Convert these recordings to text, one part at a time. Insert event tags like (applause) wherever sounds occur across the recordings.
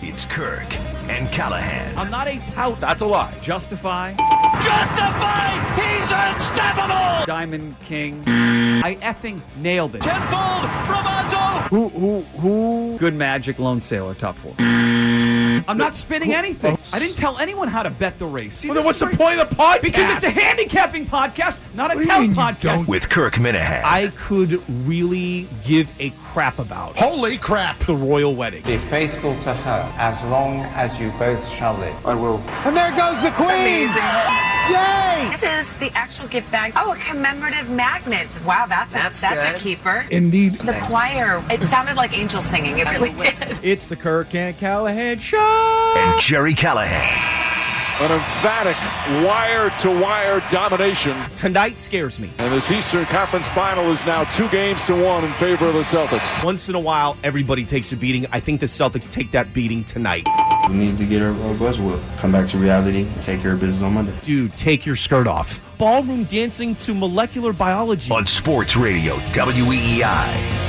It's Kirk and Callahan. I'm not a tout. That's a lie. Justify, Justified! He's unstoppable! Diamond King. I effing nailed it. Tenfold Ramazo! Who, who, who? Good Magic, Lone Sailor, top four. I'm not spinning anything. I didn't tell anyone how to bet the race. See, Well, this then is what's the very- point of the podcast? Because it's a handicapping podcast, not a do you tout mean you podcast. don't? With Kirk Minahan. I could really give a crap about. Holy crap! The royal wedding. Be faithful to her as long as you both shall live. And there goes the queen! Yay! This is the actual gift bag. Oh, a commemorative magnet. Wow, that's that's, a, that's a keeper. Indeed. The choir. It sounded like angel singing. It really did. It's the Kirk and Callahan show. and Jerry Callahan. An emphatic wire to wire domination. Tonight scares me. And this Eastern Conference final is now two games to one in favor of the Celtics. Once in a while, everybody takes a beating. I think the Celtics take that beating tonight. We need to get our, our buzz whooped. Come back to reality. Take care of business on Monday. Dude, take your skirt off. Ballroom dancing to molecular Oh, biology. On Sports Radio E WEEI.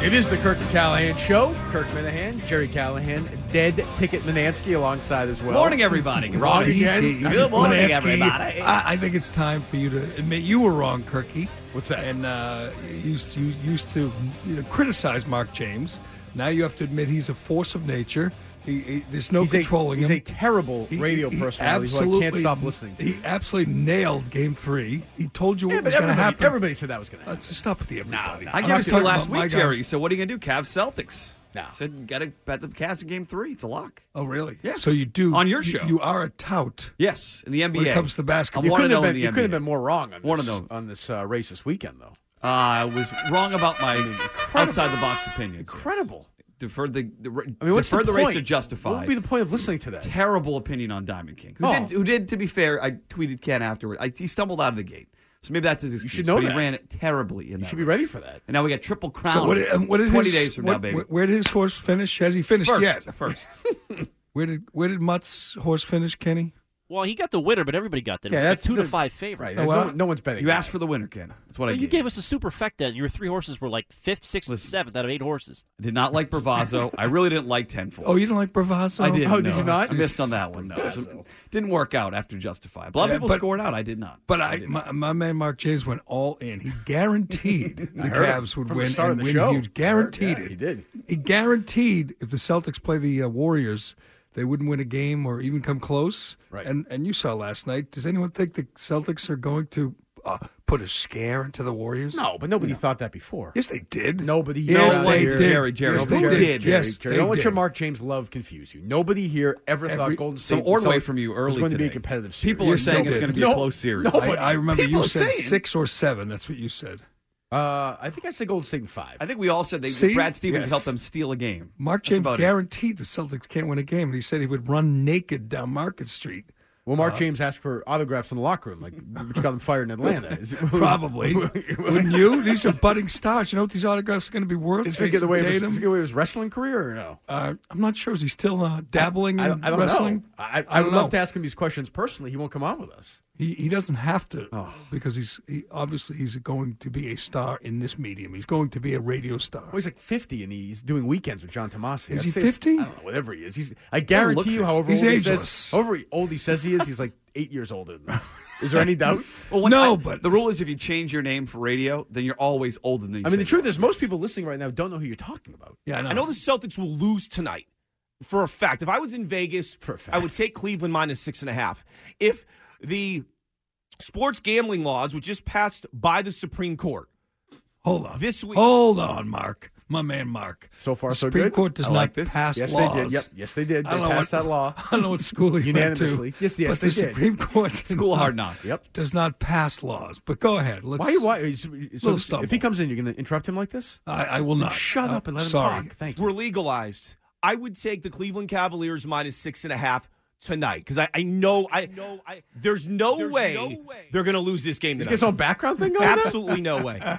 It is the Kirk and Callahan show. Kirk Minahan, Jerry Callahan, Dead Ticket Manansky alongside as well. Morning, everybody. Good Wrong morning. again. Good morning, Lansky, everybody. I, I think it's time for you to admit you were wrong, Kirky. What's that? And uh, you used to, you used to you know, criticize Mark James. Now you have to admit he's a force of nature. He, he- there's no He's a, controlling he's him. a terrible He- radio he- he personality who I can't absolutely- stop listening to. He absolutely nailed Game Three. He told you what yeah, but was going to everybody, happen. everybody said that was going to Uh, happen. just stop with the everybody. I I'm gave not this to you talking last about my week, guy. Jerry. So what are you going to do? Cavs Celtics. No. Said, got to bet the Cavs in game three. It's a lock. Oh, really? Yes. So you do On your you- show. You are a tout. Yes, in the NBA. When it comes to basketball. I'm You You one couldn't, have and oh in been, the you couldn't have NBA. been more wrong on One of this, those. on this uh, race this weekend, though. Uh, I was wrong about my outside the box opinions. Incredible. Deferred the, the I mean, what's deferred the, the, race point? to justify. What would be the point of listening to that? terrible opinion on Diamond King, who, Oh. did, who did, to be fair, I tweeted Ken afterward. I, he stumbled out of the gate. So maybe that's his excuse. should know but that. he ran it terribly. In you should be ready for that. And now we got triple crown. So what? did- um, what did Twenty his, days from what- now, baby. wh- Where did his horse finish? Has he finished first, yet? (laughs) first. Where did Where did Mutt's horse finish, Kenny? Well, he got the winner, but everybody got that. It Yeah, was like that's a two the- to five favorite. Right. Oh, there's wow. no, no one's betting. You asked for the winner, Ken. That's what I Well, gave. you gave us a superfecta. and Your three horses were like fifth, sixth, and Listen. seventh out of eight horses. I did not like Bravazzo. I really didn't like Tenfold. Oh, you don't like Bravazzo? I did. Oh, did you not? I missed on that one. No, so, didn't work out after Justifiable. A lot of Yeah, people but- scored out. I did not. But I, did my, my man Mark James went all in. He guaranteed (laughs) the Cavs would From the win start and of the win show. huge. Guaranteed Yeah, it. he did. He guaranteed if the Celtics play the uh, Warriors, they wouldn't win a game or even come close. Right. And and you saw last night. Does anyone think the Celtics are going to uh, put a scare into the Warriors? No, but nobody thought that before. Yes, they did. Nobody- Yes, Nobody they did. did. Jerry, Jerry, yes, they Jerry, did. Jerry, yes, Jerry, they don't let did. your Mark James love confuse you. Nobody here ever thought Every- Golden Some State Ordway South from you earlier was going to be a today. competitive series. People are Yes, saying they it's did. going to be No, a close series. no. I, I remember People you said saying- six or seven. That's what you said. Uh, I think I said Golden State in five. I think we all said they See? Brad Stevens Yes. helped them steal a game. Mark That's James about it. guaranteed the Celtics can't win a game, and he said he would run naked down Market (laughs) Street. well, Mark James asked for autographs in the locker room, like which got him fired in Atlanta. Is it- (laughs) Probably. Wouldn't you? These are budding stars. You know what these autographs are going to be worth? Is it Jason get away with his, Tatum? does it get away with his wrestling career or no? Uh, I'm not sure. Is he still uh, dabbling I, in don't- I don't wrestling? know. I, I, I would don't love know. to ask him these questions personally. He won't come on with us. He, he doesn't have to Oh. because he's he, obviously he's going to be a star in this medium. He's going to be a radio star. Well, Oh, he's like 50 and he's doing weekends with John Tomasi. Is I'd he say it's- 50? I don't know, whatever he is. He's, I look guarantee you, 50. however He's old he says, ageless. however old he says he is, he's like eight years older than that. (laughs) Is there any doubt? Well, when- No, I- but- the rule is if you change your name for radio, then you're always older than. You I mean, the say you truth is, most people listening right now don't know who you're talking about. yeah, I know. I know the Celtics will lose tonight for a fact. If I was in Vegas, For a fact. I would take Cleveland minus six and a half. If the sports gambling laws were just passed by the Supreme Court, Hold on. This week- Hold on, Mark. My man, Mark. So far, the so Supreme good? Court does I not like this. pass Yes, laws. they did. Yep. Yes, they did. They I don't know passed what- that law. I don't know what school he Unanimously. went to. Yes, yes, but they the did. Supreme Court does School not- hard knocks. Yep. does not pass laws. But go ahead. (laughs) Let's, Why? Why? Is, so this- stumble. if he comes in, you're going to interrupt him like this? I, I will Then not. Shut Uh, up and let sorry. him talk. Thank you. were legalized, I would take the Cleveland Cavaliers minus six and a half tonight because I, I know I, know I there's no way they're going to lose this game He's tonight. got his own background thing going. on? Absolutely no way.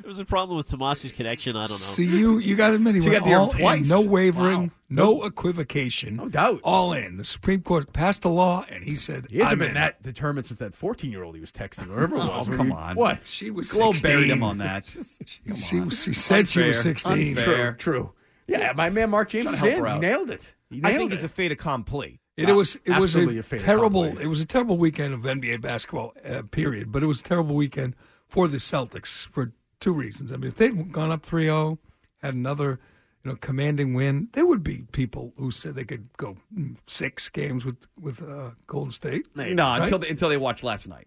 There was a problem with Tomasi's connection. I don't know. See you. You got to admit he (laughs) So you went got to hear him all in. twice. No wavering. No equivocation. No doubt. All in. The Supreme Court passed a law, and he said, He hasn't I'm been in. Oh, that determined since that 14 year old he was texting, or whatever it was. come What do you- on. What? She was Glow 16. (laughs) (laughs) buried him on that. She, was- she said she was Unfair. 16. Unfair. True. Yeah, my man Mark James Trying is to help in. her He out. nailed it. He I nailed think it. it's a fait accompli. It, was it was a, Absolutely a fait terrible. It was a terrible weekend of NBA basketball. Uh, period. But it was a terrible weekend for the Celtics for two reasons. I mean, if they'd gone up 3-0, had another you know commanding win, there would be people who said they could go mm, six games with with uh, Golden State. No, until they, until they watch last night.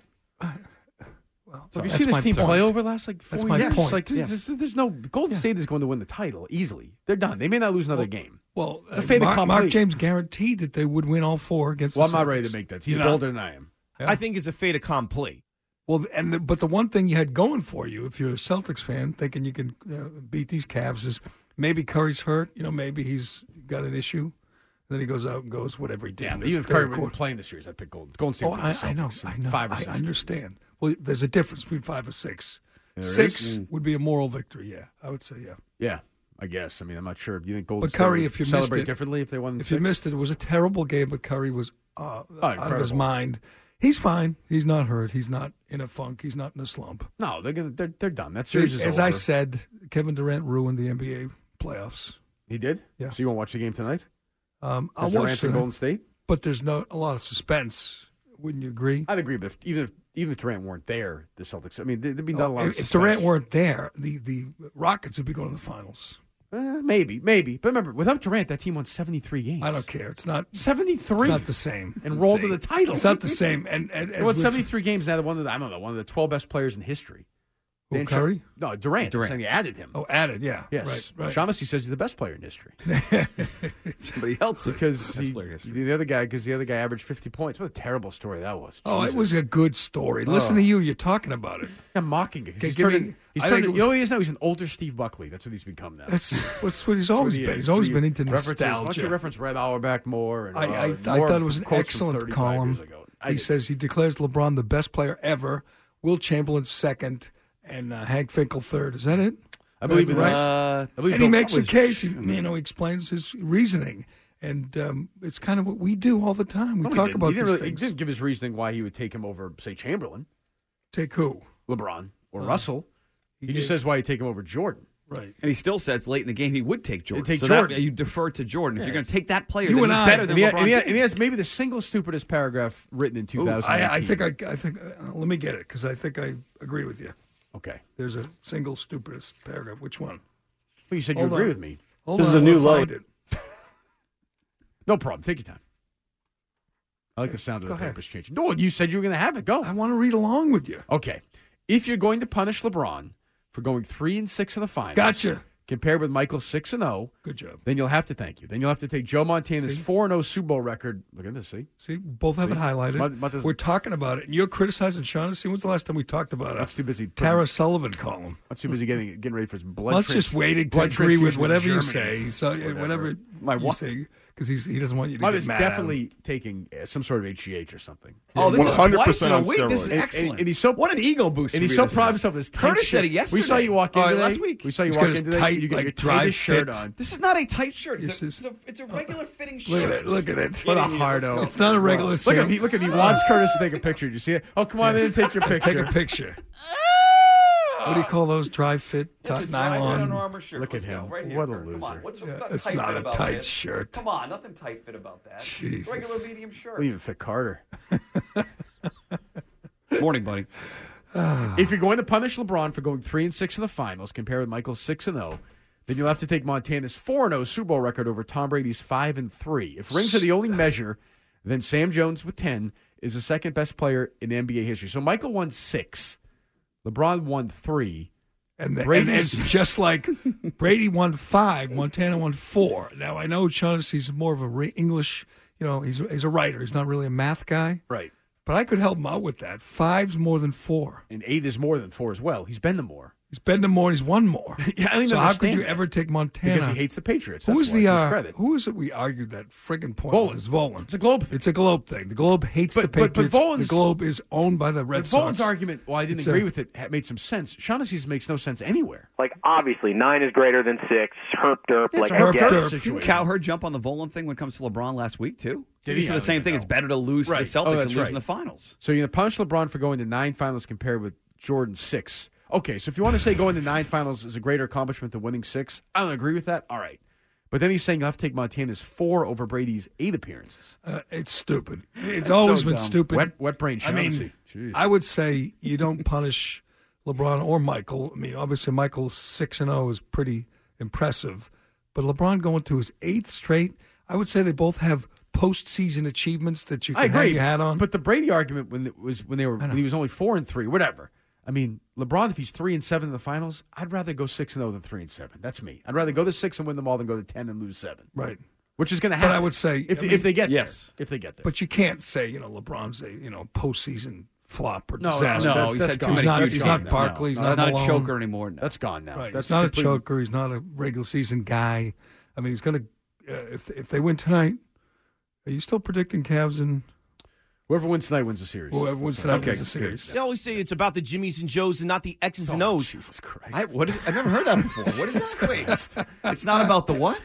Well, Have you seen this team play over the last like four That's my years? point. Like, there's, there's, there's no Golden State is going to win the title easily. They're done. They may not lose another game. Well, it's a fait Mark, Mark accompli. James guaranteed that they would win all four against. Well, I'm the not ready Celtics. to make that. He's You're not? older than I am. Yeah. I think is a fait accompli. Well, and the, but the one thing you had going for you, if you're a Celtics fan, thinking you can uh, beat these Cavs, is maybe Curry's hurt. You know, maybe he's got an issue. And then he goes out and goes whatever he did. Yeah, in but his even if third Curry were quarter. playing this year, I'd pick Golden, Golden State. Oh, would I, beat the I know, Celtics in I know, Five or I six. understand. Well, there's a difference between five or six. There six is. would be a moral victory. Yeah, I would say yeah. Yeah, I guess. I mean, I'm not sure. Do you think Golden but Curry, State if you would celebrate missed it, differently if they won? in if you six? Oh, missed it, it was a terrible game. But Curry was uh, out of his incredible. mind. He's fine. He's not hurt. He's not in a funk. He's not in a slump. no, they're gonna they're, they're done. That series is as over. I said, Kevin Durant ruined the NBA playoffs. he did. Yeah. So you won't watch the game tonight? Um, I'll Is watch Durant and tonight, Golden State? but there's no a lot of suspense. Wouldn't you agree? I'd agree, but if, even if even if Durant weren't there, the Celtics. I mean, there- there'd be not a Oh, lot. of Uh, If, if suspense. Durant weren't there, the, the Rockets would be going to the finals. Eh, maybe, maybe. But remember, without Durant, that team won 73 games. I don't care. It's not. It's 73. not the same. (laughs) and rolled to the title. It's not the same. And, and (laughs) They as won we've- 73 games. Now they're one of the, I don't know, one of the 12 best players in history. Who, Dan Sha- Curry? No, Durant. Durant. Durant. Saying they added him. Oh, added. Yeah. yes. Right. right. Shaughnessy says he's the best player in history (laughs) Somebody else because he, player history. the other guy because the other guy averaged 50 points. What a terrible story that was. Oh, it Jesus. Oh. was a good story. Listen to you. You're talking about it. I'm mocking it. 'cause Okay, He's give me- turning. he's I think turning- it you know, what he is now he's an older Steve Buckley. That's what he's become now. That's what's what he's always That's what he been. is. He's always He been into references- Why don't you nostalgia. reference Red Auerbach more? And, I, I, I uh, more thought it was an quotes from excellent 35 column. years ago. I He did. says he declares LeBron the best player ever, Will Chamberlain second, and uh, Hank Finkel third. Is that it? I believe in right. uh, I believe and he Bill makes a case. Cowley's- He, you know, he explains his reasoning, and um, it's kind of what we do all the time. We No, he talk didn't. about he these didn't really- things. He didn't give his reasoning why he would take him over, say Chamberlain, Take who? Uh, LeBron, or Russell. He, gave- just says why he'd take him over Jordan. Right. And he still says late in the game he would take Jordan. take so that- Jordan. you defer to Jordan if you're going to take that player. You then and he's I- better And than he, LeBron. and he- James. and he has maybe the single stupidest paragraph written in 2000. I, I think I, I think. Uh, let me get it because I think I agree with you. Okay. There's a single stupidest paragraph. Which one? Well, you said you Hold agree on. with me. Hold this is a new low. No problem. Take your time. I like the sound of Go the ahead. papers changing. No, you said you were going to have it. Go. I want to read along with you. Okay. If you're going to punish LeBron for going three and six in the finals, Gotcha. Compared with Michael's six and zero, Good job. then you'll have to thank you. Then you'll have to take Joe Montana's See? four and zero Super Bowl record. Look at this. See, See, both have it See? highlighted. Mother- mother's- We're talking about it. And you're criticizing Shaughnessy. When's the last time we talked about that's it? too busy. Tara Sullivan column. I'm too busy getting getting ready for his blood. Let's trans- just waiting to blood agree with transfusion in whatever you say. Germany. He's, uh, whatever. My you what? say, because he doesn't want you to Mother's get mad. at him. definitely taking uh, some sort of HGH or something. Oh, this is 100% twice in a on week. This is steroids. And- excellent. and he's so- what an ego boost. And for he's me so this proud of is. himself. This tight Curtis said shirt. it yesterday. We saw you walk in All right, today. last week. We saw you Oh, He's got walk his in today. tight, you got like, your dry tightest shirt fit. on. This is not a tight shirt. This It's, a, is- it's, a, it's a (laughs) regular fitting shirt. Look at it. Look at it. What a hardo. It's not a regular Look at Sam. Ah. him. He, look at him. He wants Curtis to take a picture. Do you see it? Oh, come on in and take your picture. Take a picture. what do you call those? Dry fit, It's top a dry nylon. Under Armour shirt. Look at Let's go. him. Right here, What a Kurt. Come on. loser. What's, Yeah, what's it's tight not fit a about tight this? shirt. Come on, nothing tight fit about that. Jesus. Regular medium shirt. Well, Even fit Carter. Morning, buddy. (sighs) If you're going to punish LeBron for going three and six in the finals, compared with Michael's six and zero, then you'll have to take Montana's four and zero Super Bowl record over Tom Brady's five and three. If rings are the only measure, then Sam Jones with ten is the second best player in NBA history. So Michael won six, LeBron won three. And, the, and it's (laughs) Brady's- just like Brady won five, Montana won four. Now I know Shaughnessy's more of a re- English, you know, he's he's a writer. He's not really a math guy, Right. but I could help him out with that. Five's more than four. And eight is more than four as well. He's been to more He's been to more. and He's won more. (laughs) Yeah, I don't even so how could understand you that. ever take Montana? because he hates the Patriots. who That's was why. the It's uh, credit. who is it? We argued that friggin' point. Volan. was Volan. It's a globe thing. It's a globe thing. The globe hates But- the but- but Patriots. the Volan's- globe is owned by the Red But Sox. Vaughn's argument, well, I didn't It's uh, a- agree with it, ha- made some sense. Shaughnessy's makes no sense anywhere. Like obviously, nine is greater than six. Herp derp. That's like a I herp get derp it. situation. Cowherd jump on the Volan thing when it comes to LeBron last week too. Did he he? said I the don't same even thing? know. It's better to lose Right. to the Celtics Oh, and that's lose right. in the finals. So you're going to punish LeBron for going to nine finals compared with Jordan six. Okay, so if you want to say going to nine finals is a greater accomplishment than winning six, I don't agree with that. All right. But then he's saying I'll have to take Montana's four over Brady's eight appearances. Uh, it's stupid. It's That's so always been dumb. stupid. Wet- wet brain I mean, Shaughnessy. Jeez. I would say you don't punish LeBron or Michael. I mean, obviously Michael's six and zero is pretty impressive, but LeBron going to his eighth straight. I would say they both have postseason achievements that you can I agree. hang your hat on. But the Brady argument when it was when they were when he was only four and three, whatever. I mean, LeBron, if he's three and seven in the finals, I'd rather go six and zero than three and seven. That's me. I'd rather go to six and win them all than go to ten and lose seven. Right. Which is going to But I happen. would say- if, I mean- if they get Yes. there, if they get there. But you can't say you know LeBron's a you know postseason flop or No, no, disaster. no, That's- he's that's had too gone. many He's not, huge he's not games. Barkley. No, he's not that's not a Malone. choker anymore now. That's gone now. Right. That's he's not complete- a choker. He's not a regular season guy. I mean, he's going to uh, if if they win tonight. Are you still predicting Cavs and whoever wins tonight wins the series? Whoever wins tonight wins the series. They always say it's about the Jimmies and Joes and not the X's and Oh, O's. Jesus Christ! I, what is, I've never heard that before. What is this quiz? It's not about the what?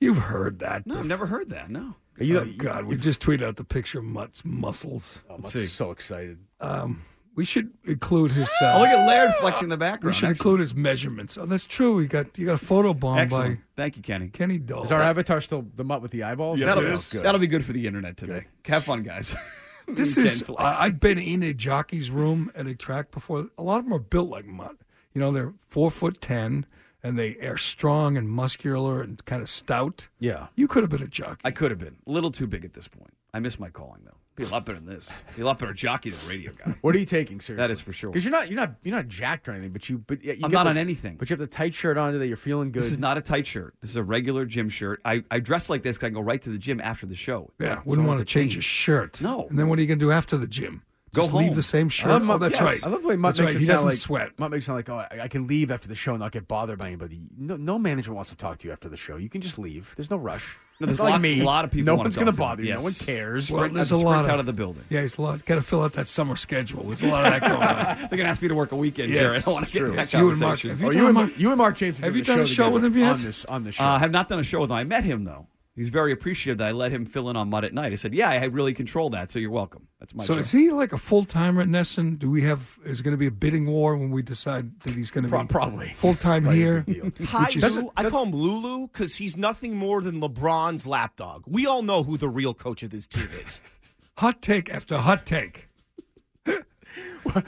You've heard that. No, I've never heard that. No. oh, God, we just tweeted out the picture of Mutt's muscles. I'm so excited. Um, we should include his. Uh, Oh, look at Laird flexing in the background. We should Excellent. include his measurements. Oh, that's true. You got you got a photo bomb Excellent. by Thank you, Kenny. Kenny Dole. Is our avatar still the mutt with the eyeballs? that'll, Oh, be, that'll be good for the internet today. Have fun, guys. (laughs) This Weekend is. flex. I, I've been in a jockey's room at a track before. A lot of them are built like Mutt. You know, they're four foot ten, and they are strong and muscular and kind of stout. Yeah. you could have been a jockey. I could have been a little too big at this point. I miss my calling though. Be a lot better than this. Be a lot better jockey than radio guy. What are you taking seriously? That is for sure. Because you're not you're not you're not jacked or anything, but you but yeah, you I'm get not the- on anything. But you have the tight shirt on today. You're feeling good. This is not a tight shirt. This is a regular gym shirt. I, I dress like this because I can go right to the gym after the show. Yeah, So I wouldn't don't want to have change his shirt. No. And then what are you going to do after the gym? Go Just home. Leave the same shirt. I love oh, Mutt- that's yes. right. I love the way Mutt that's makes right. it He sound doesn't like, sweat. Mutt makes it sound like, oh, I, I can leave after the show and not get bothered by anybody. No, no management wants to talk to you after the show. You can just leave. There's no rush. No, there's It's not a like lot- me. a lot of people No wanna one's talk gonna to bother them. you. No Yes. one cares. Well, Right? there's I'm a lot sprint of- out of the building. Yeah, he's a lot. Got to fill out that summer schedule. There's a lot of that going (laughs) on. Oh They're gonna ask me to work a weekend, Yes, Jared. I don't want it's to get true. in that Yes, you and Mark- conversation. have you Oh, you done and a- Mark- you and Mark James. have you done a show with him yet? On this, on this show. Uh, I have not done a show with him. I met him though. He's very appreciative that I let him fill in on Mud at night. I said, "Yeah, I really control that, so you're welcome." That's my. so show. is he like a full timer at Nesson? Do we have? Is going to be a bidding war when we decide that he's going to be probably full time here? Ty which is- Lue- I call him Lulu because he's nothing more than LeBron's lapdog. We all know who the real coach of this team (laughs) is. (laughs) hot take after hot take.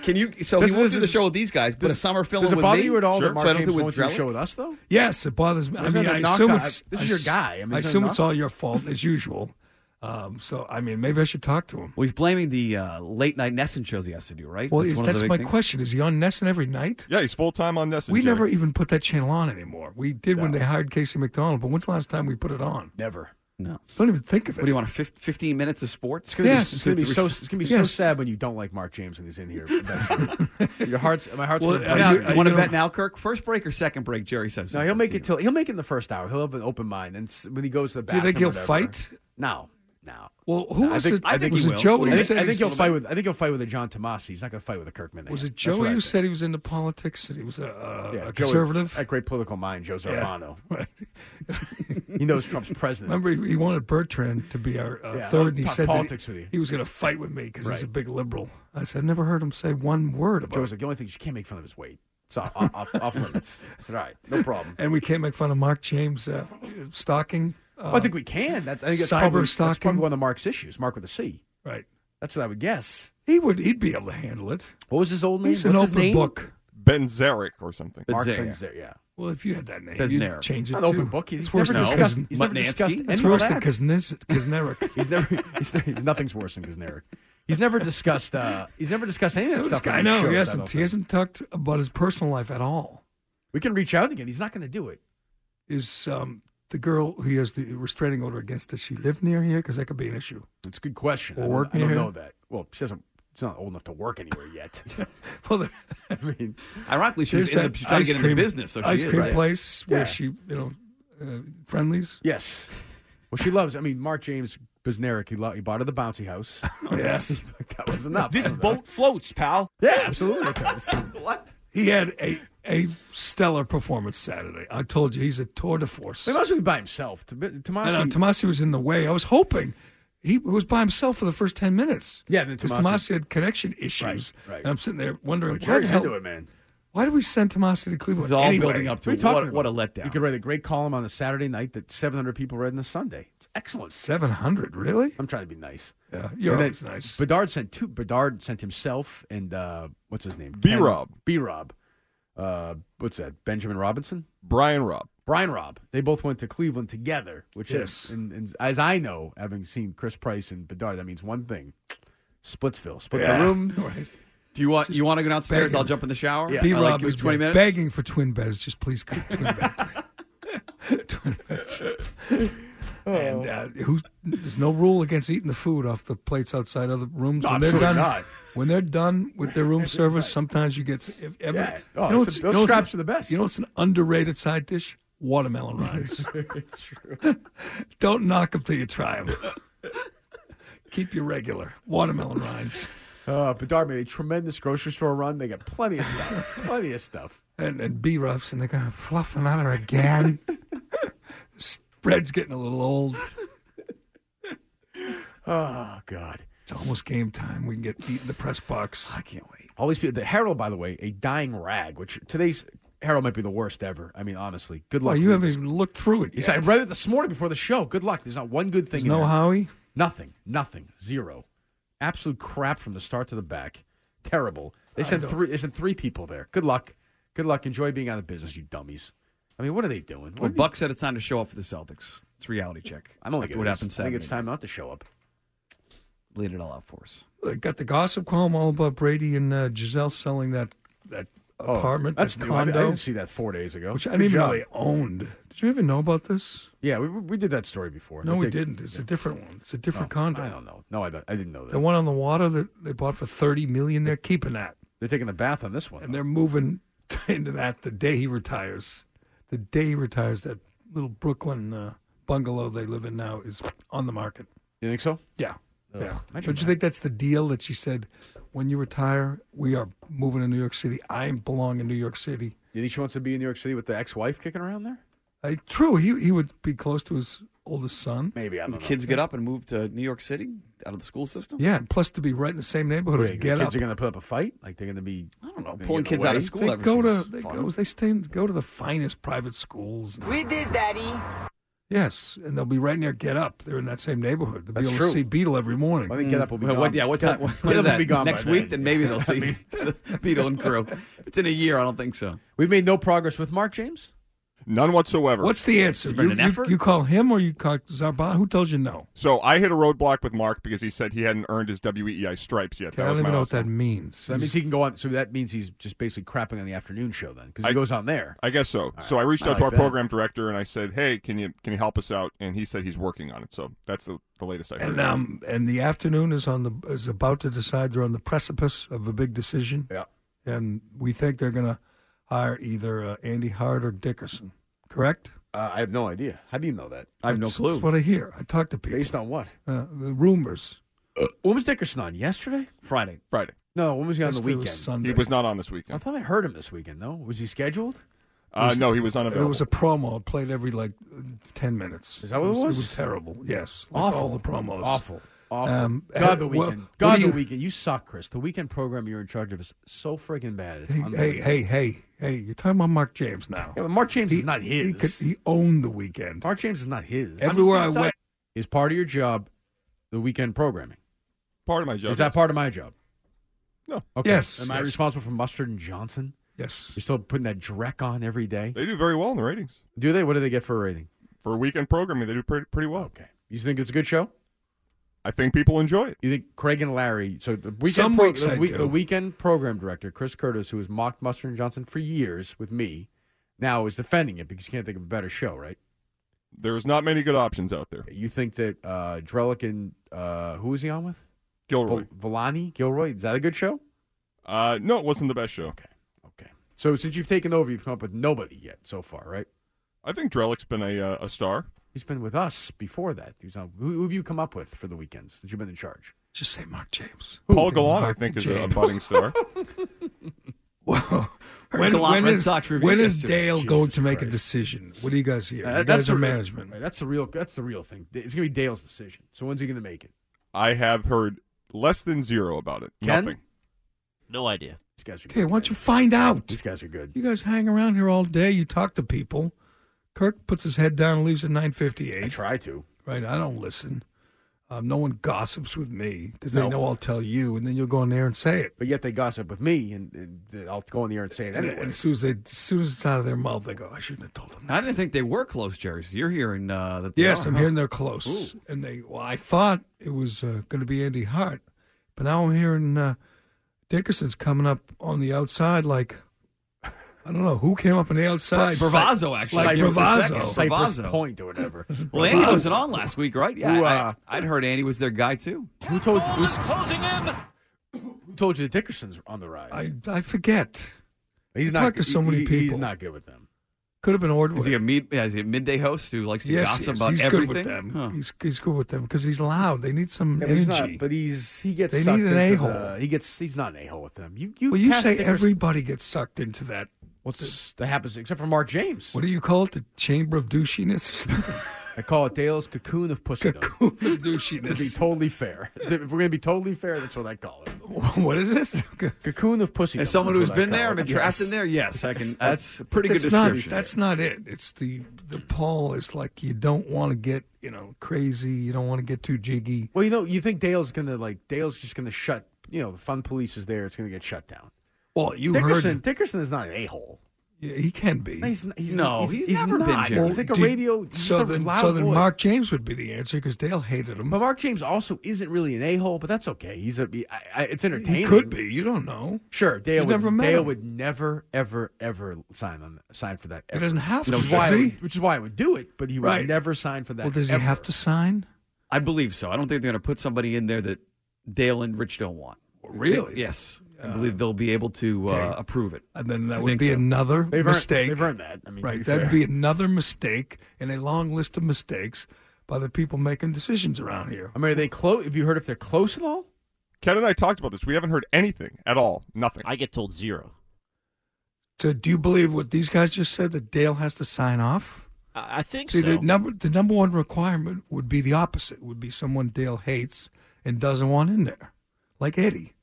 Can you? So This he won't is- do the show with these guys, but does- a summer film. Does it with bother me? you at all that Sure. So Mark I don't James think went with to a Drellick? show with us though? Yes, it bothers me. I Isn't mean, that I a assume knockout? it's This I is your s- guy. I mean, I isn't it assume it's not? all your fault as usual. Um, so I mean, maybe I should talk to him. Well, he's blaming the uh, late night Nesson shows he has to do, right? Well, is, one of that's the big my things. question. Is he on Nesson every night? Yeah, he's full time on Nesson. We never even put that channel on anymore. We did when they hired Casey McDonald, but when's the last time we put it on? Never. No. Don't even think of it. What do you want? fif- Fifteen minutes of sports? It's gonna, Yes. be, it's gonna be It's- so it's gonna be so yes. sad when you don't like Mark James when he's in here. eventually. Your heart's my heart's Well, gonna break. now, you, Now, want to bet now, Kirk? First break or second break? Jerry says. No, he'll make it till he'll make it in the first hour. He'll have an open mind, and s- when he goes to the Do you bathroom, think he'll or whatever- fight? No, no. Well, who No, was I think, it- I I think think was he it will. Joe who I think, said I he think he'll was- fight with. I think he'll fight with a John Tomasi. He's not going to fight with a Kirk Minnick. Was it That's what Joey I who think. said he was into politics and he was a, a, Yeah, a Joey- conservative? that great political mind, Joe Yeah, Zarbano. (laughs) he knows Trump's president. Remember, he, he wanted Bertrand to be our uh, Yeah, third, and he talk said that politics he, with you. he was going to fight with me because he's a Right. big liberal. I said, I never heard him say one word about Joe's like, the only thing is you can't make fun of his weight. It's off, off, (laughs) off limits. I said, all right, no problem. And we can't make fun of Mark James uh, stalking. Uh, Well, I think we can. That's I think that's cyber probably, That's stalking. probably one of Mark's issues. Mark with a C. Right. That's what I would guess. He would. He'd be able to handle it. What was his old name? He's an What's his open name? book. Ben Zarek or something. Mark Benzer. Yeah. Well, if you had that name, Beznarek. you'd change it. Not too. open book. He's It's worse never than discussed- Kuzn- he's never Mutnansky. discussed It's any of worse than that. Kuzniz- Kuznarek. (laughs) He's never. He's, he's nothing's worse than Kuznarek. He's never discussed. Uh, he's never discussed any of that This stuff. on guy, his no, shows, he I hasn't. don't He think. hasn't talked about his personal life at all. We can reach out again. He's not going to do it. Is um, the girl who has the restraining order against? Does she live near here? Because that could be an issue. (laughs) It's a good question. Or I don't, work I don't near know here? that. Well, she doesn't. She's not old enough to work anywhere (laughs) yet. well, there- I mean, Ironically, (laughs) she was There's in that the, she's trying to ice get into cream- business, so she ice is, cream right? place where Yeah. she, you know, uh, friendlies. Yes. Well, she loves. I mean, Mark James Biznarek. He, lo- he bought her the bouncy (laughs) house. yeah. that was enough. This boat floats, pal. Yeah, absolutely. it does. (laughs) He had a a stellar performance Saturday. I told you he's a tour de force. He must be by himself. Tom- I know, Tomasi. uh, Tomasi was in the way. I was hoping he was by himself for the first ten minutes. Yeah, then because Tomasi- Tomasi had connection issues, Right, right. and I'm sitting there wondering, why Well, the Jerry's hell? into it, man. Why did we send Tomasi to Cleveland? It's all anyway? building up to What it. are you What, talking what a about? letdown. You could write a great column on the Saturday night that 700 people read on the Sunday. It's excellent. 700, really? I'm trying to be nice. Yeah, you're And then always nice. (laughs) Bedard sent two. Bedard sent himself and uh, what's his name? B-Rob. B Rob. Uh, what's that? Benjamin Robinson? Brian Rob. Brian Rob. They both went to Cleveland together, which Yes. is, and, and as I know, having seen Chris Price and Bedard, that means one thing: Splitsville, split Yeah. the room. Do you want you want to go downstairs? begging. I'll jump in the shower. Yeah. B I like Rob you is for twenty minutes. begging for twin beds. Just please come twin beds. twin beds. (laughs) And uh, who's, there's no rule against eating the food off the plates outside other rooms. No, when they're absolutely done, not. when they're done with their (laughs) room service, sometimes you get if, ever, Yeah. Oh, it's a- what's- those what's- scraps are the best. You know it's an underrated side dish? (laughs) Watermelon rinds. it's true. (laughs) Don't knock them till you try them. (laughs) Keep your regular watermelon rinds. Uh, Bedard made a tremendous grocery store run. They got plenty (laughs) of stuff. plenty of stuff. and and B roughs, and they're going fluffing on her (laughs) again. Spread's getting a little old. Oh God! It's almost game time. We can get beat in the press box. I can't wait. All these people. The Herald, by the way, a dying rag. Which today's Herald might be the worst ever. I mean, honestly, good luck. Well, Oh, you with haven't this. even looked through it He yet. said, I read it this morning before the show. Good luck. There's not one good thing. There's in no there. Howie? Nothing. Nothing. Zero. Absolute crap from the start to the back. Terrible. They I sent don't- three. They sent three people there. Good luck. Good luck. Enjoy being out of business, you dummies. I mean, what are they doing? What Well, are they- Buck said it's time to show up for the Celtics. It's reality check. I don't think After it what is. happened I Saturday. think it's time not to show up. Laid it all out for us. They got the gossip column all about Brady and uh, Giselle selling that that apartment, Oh, that's that new. I- I condo. didn't see that four days ago. Which I Good didn't even job. know they owned. Did you even know about this? Yeah, we, we did that story before. No, I we think- didn't. It's a different one. It's a different Oh, condo. I don't know. No, I, don't- I didn't know that. The one on the water that they bought for thirty million. They're keeping that. They're taking a bath on this one. and they're moving (laughs) into that the day he retires. The day he retires, that little Brooklyn uh, bungalow they live in now is on the market. You think so? Yeah. Ugh, yeah. imagine Don't you think that's the deal that she said, when you retire, we are moving to New York City. I belong in New York City. You think she wants to be in New York City with the ex-wife kicking around there? Uh, true, he, he would be close to his oldest son. Maybe I The kids get up and move to New York City out of the school system. Yeah, and plus to be right in the same neighborhood as Wait, Get the kids Up. are going to put up a fight. Like they're going to be I don't know pulling kids out of school They ever go to since they fun. go they stay in, go to the finest private schools. Read this, Daddy. Yes, and they'll be right near Get Up. They're in that same neighborhood. They'll That's be able true. to see Beetle every morning. I think Get Up will be Well, gone. what- yeah, (laughs) what time- what is that? Next week? Then (laughs) maybe they'll see (laughs) Beetle and Crew. If it's in a year, I don't think so. We've made no progress with Mark James. None whatsoever. What's the answer? You, you- you call him or you call Zarban? Who tells you no? So I hit a roadblock with Mark because he said he hadn't earned his WEI stripes yet. I that don't was even my know last what that means. So that means he can go on. So that means he's just basically crapping on the afternoon show then, because he I- goes on there. I guess so. All So I right. reached I out to like our that. program director and I said, "Hey, can you can you help us out?" And he said he's working on it. So that's the, the latest I heard. And um, and the afternoon is on the is about to decide. They're on the precipice of a big decision. Yeah. And we think they're going to hire either uh, Andy Hart or Dickerson. Correct? Uh, I have no idea. How do you know that? That's- That's what I hear. I talk to people. Based on what? Uh, the rumors. When was Dickerson on? Yesterday? Friday. Friday. No, when was he on the Yesterday was weekend? Sunday. He was not on this weekend. I thought I heard him this weekend, though. Was he scheduled? Uh, no, he was unavailable. There was a promo played every like uh, ten minutes. Is that what it was? It was terrible. Yes, like awful. All the promos. Awful. Awful. Um, God, the well, weekend. what God, do the you- weekend. You suck, Chris. The weekend program you're in charge of is so friggin' bad. It's Hey, hey, unbelievable. hey, hey, hey! You're talking about Mark James now. Yeah, but Mark James is not his. He, could, he owned the weekend. Mark James is not his. Everywhere I went, is part of your job, the weekend programming. Part of my job. Is that yes. part of my job? No. Okay. Yes, Am I yes. responsible for Mustard and Johnson? Yes. You're still putting that dreck on every day. They do very well in the ratings Do they? What do they get for a rating? for weekend programming. They do pretty pretty well. Okay. You think it's a good show? I think people enjoy it. You think Craig and Larry? So the weekend, Some pro- weeks the, I week- do. the weekend program director Chris Curtis, who has mocked Mustard and Johnson for years with me, now is defending it because you can't think of a better show, right? There's not many good options out there. You think that uh, Drellick and uh, who was he on with? Gilroy. Vol- Villani, Gilroy. Is that a good show? Uh, no, it wasn't the best show. Okay. So since you've taken over, you've come up with nobody yet so far, right? I think Drellick's been a uh, a star. He's been with us before that. He was on. Who, who have you come up with for the weekends that you've been in charge? Just say Mark James. Paul Gallant, I think, is a, a James. budding (laughs) star. When, Gallant when Red is, Sox review when is yesterday. Dale Jesus going to make a decision? What do you guys hear? Uh, you guys the are real- management. right, that's the real. That's the real thing. It's gonna be Dale's decision. So when's he gonna make it? I have heard less than zero about it. Ken? Nothing. No idea. These guys are Okay, why don't you find out? These guys are good. You guys hang around here all day. You talk to people. Kirk puts his head down and leaves at nine fifty eight. I try to. Right, I don't listen. Um, no one gossips with me because No. they know I'll tell you, and then you'll go in there and say it. But yet they gossip with me, and, and I'll go in the air and say it And, anyway. as soon as they, as soon as it's out of their mouth, they go, "I shouldn't have told them." I didn't think they were close, Jerry. So you're hearing uh, that. They yes, are, I'm huh? hearing they're close, Ooh. and they. Well, I thought it was uh, going to be Andy Hart, but now I'm hearing uh, Dickerson's coming up on the outside. Like I don't know who came up on the outside. Bravazzo, Like- actually. like Give it a bravazzo. second. Bravazzo. Point or whatever. (laughs) Well, Andy wasn't on last week, right? Yeah, Who, I- uh, I, would heard Andy was their guy too. Who told you? closing in. Who told you the Dickerson's on the rise? I, I forget. He's I not talked to he- so many he- people. He's not good with them. Could have been Ordway. Is he a mid? Yeah, is he a midday host who likes to Yes, gossip he is. about he's everything? good with them. Huh. He's he's good with them because he's loud. They need some Yeah, but energy. he's not. But he's he gets. They sucked need an into a-hole. the- he gets. He's not an a hole with them. You you. well, you say everybody gets sucked into that. What's that happens except for Mark James? What do you call it? The chamber of douchiness. (laughs) I call it Dale's cocoon of pussy. Cocoon of To (laughs) be douchiness. totally fair, (laughs) if we're going to be totally fair, that's what I call it. what is (laughs) it? Cocoon of pussy. As someone who's been there and been trapped in there, yes, I can. That's a pretty good That's not- description. that's not it. It's the the pull is like you don't want to get you know crazy. You don't want to get too jiggy. Well, you know, you think Dale's going to like Dale's just going to shut. You know, the fun police is there. It's going to get shut down. Well, you heard- Dickerson. Dickerson is not an a hole. Yeah, he can be. He's, n- he's No, he's, he's never been, not. Jerry. He's like a Did- radio. he's so just a then, loud so then voice. Mark James would be the answer because Dale hated him. But Mark James also isn't really an a-hole, but that's okay. He's a I, I, it's entertaining. could be. You don't know. Sure, Dale You would never met Dale him. would never ever ever sign on sign for that. He ever. doesn't have which to, Is why does I he? would- which is why I would do it, but he would Right. never sign for that. Well, does he ever. have to sign? I believe so. I don't think they're going to put somebody in there that Dale and Rich don't want. Really? Uh, yes, I Uh, believe they'll be able to uh, approve it. And then that I would think be so. another mistake. that. I mean, right. That'd be another mistake in a long list of mistakes by the people making decisions around here. I mean, are they close? Have you heard if they're close at all? Ken and I talked about this. We haven't heard anything at all. Nothing. I get told zero. So, do you believe what these guys just said that Dale has to sign off? I, I think See, so. the number the number one requirement would be the opposite. Would be someone Dale hates and doesn't want in there, like Eddie.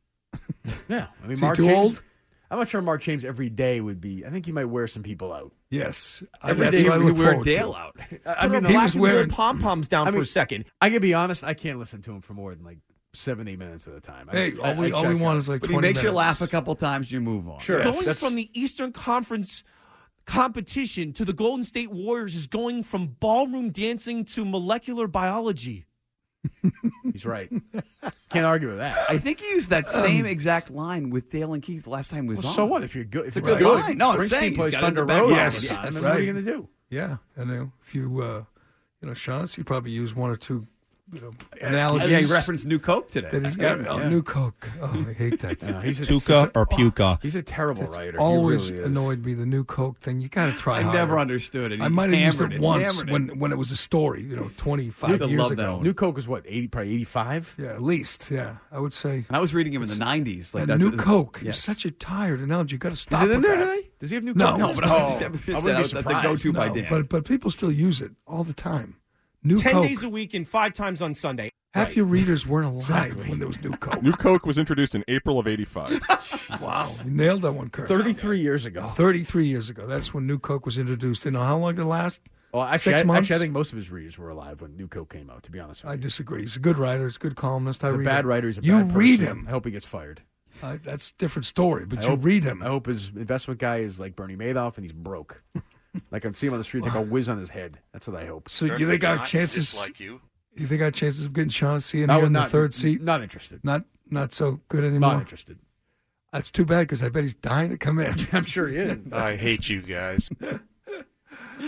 Yeah, I mean, Is he Mark too James, old? I'm not sure Mark James every day would be. I think he might wear some people out. Yes, every day that's what I look forward to. (laughs) I, I mean, he the was wearing pom poms down I for mean, a second. I can be honest. I can't listen to him for more than like seven, eight minutes at a time. I- Hey, I- all we- I all check we want out. is, like, But he makes you laugh a couple times, you move on. Sure. Yes. Yes. going that's- from the Eastern Conference competition to the Golden State Warriors is going from ballroom dancing to molecular biology. He's right. Can't argue with (laughs) that. I think he used Um, that same exact line with Dale and Keith last time was Well, on. so what if you're good? If It's a you're good good, line. No, I'm Springsteen saying he's plays got it in Thunder the back Road all pocket. the time. Yes. I mean, what are you gonna do? Yeah, I know. If you, uh, you know, Shaughnessy probably used one or two you know, analogies. Yeah, he referenced New Coke today. Oh, That he's got oh, new Coke. Oh, I hate (laughs) that. Yeah, he's a- Tuca or Puka? He's a terrible writer. He Always really is. annoyed me the new Coke thing. You got to try. I harder. never understood it. I He might have used it, hammered it, once hammered it. when when it was a story. You know, twenty five years ago. New Coke was what eighty, probably eighty five. Yeah, at least. Yeah, I would say. And I was reading him in the '90s. Like And that's new what- Coke Yes. is such a tired analogy. You got to stop. it in with there that. today? Does he have New No, (laughs) Coke? No, Oh, but I was- I was- No. I was- that's a go-to by Dan. But but people still use it all the time. New Ten Coke. days a week and five times on Sunday. Half your readers weren't (laughs) alive when there was New Coke. New Coke was introduced in April of '85. wow, you nailed that one, Kurt. Thirty three years ago. Thirty three years ago. That's when New Coke was introduced. You know how long did it last? Well, Oh, actually, six I, months. actually, I think most of his readers were alive when New Coke came out. To be honest, with I disagree. He's a good writer. He's a good columnist. you. I he's a read bad him. writer. He's a you bad read person. him. I hope he gets fired. Uh, that's a different story. But I you hope- read him. I hope his investment guy is like Bernie Madoff and (laughs) he's broke. like I see him on the street, like a whiz on his head. That's what I hope. So you think our chances? you. think our chances of getting Shaughnessy in I here would in the not- third seat? Not interested. Not not so good anymore. Not interested. That's too bad because I bet he's dying to come in. (laughs) I'm sure he is. I hate you guys.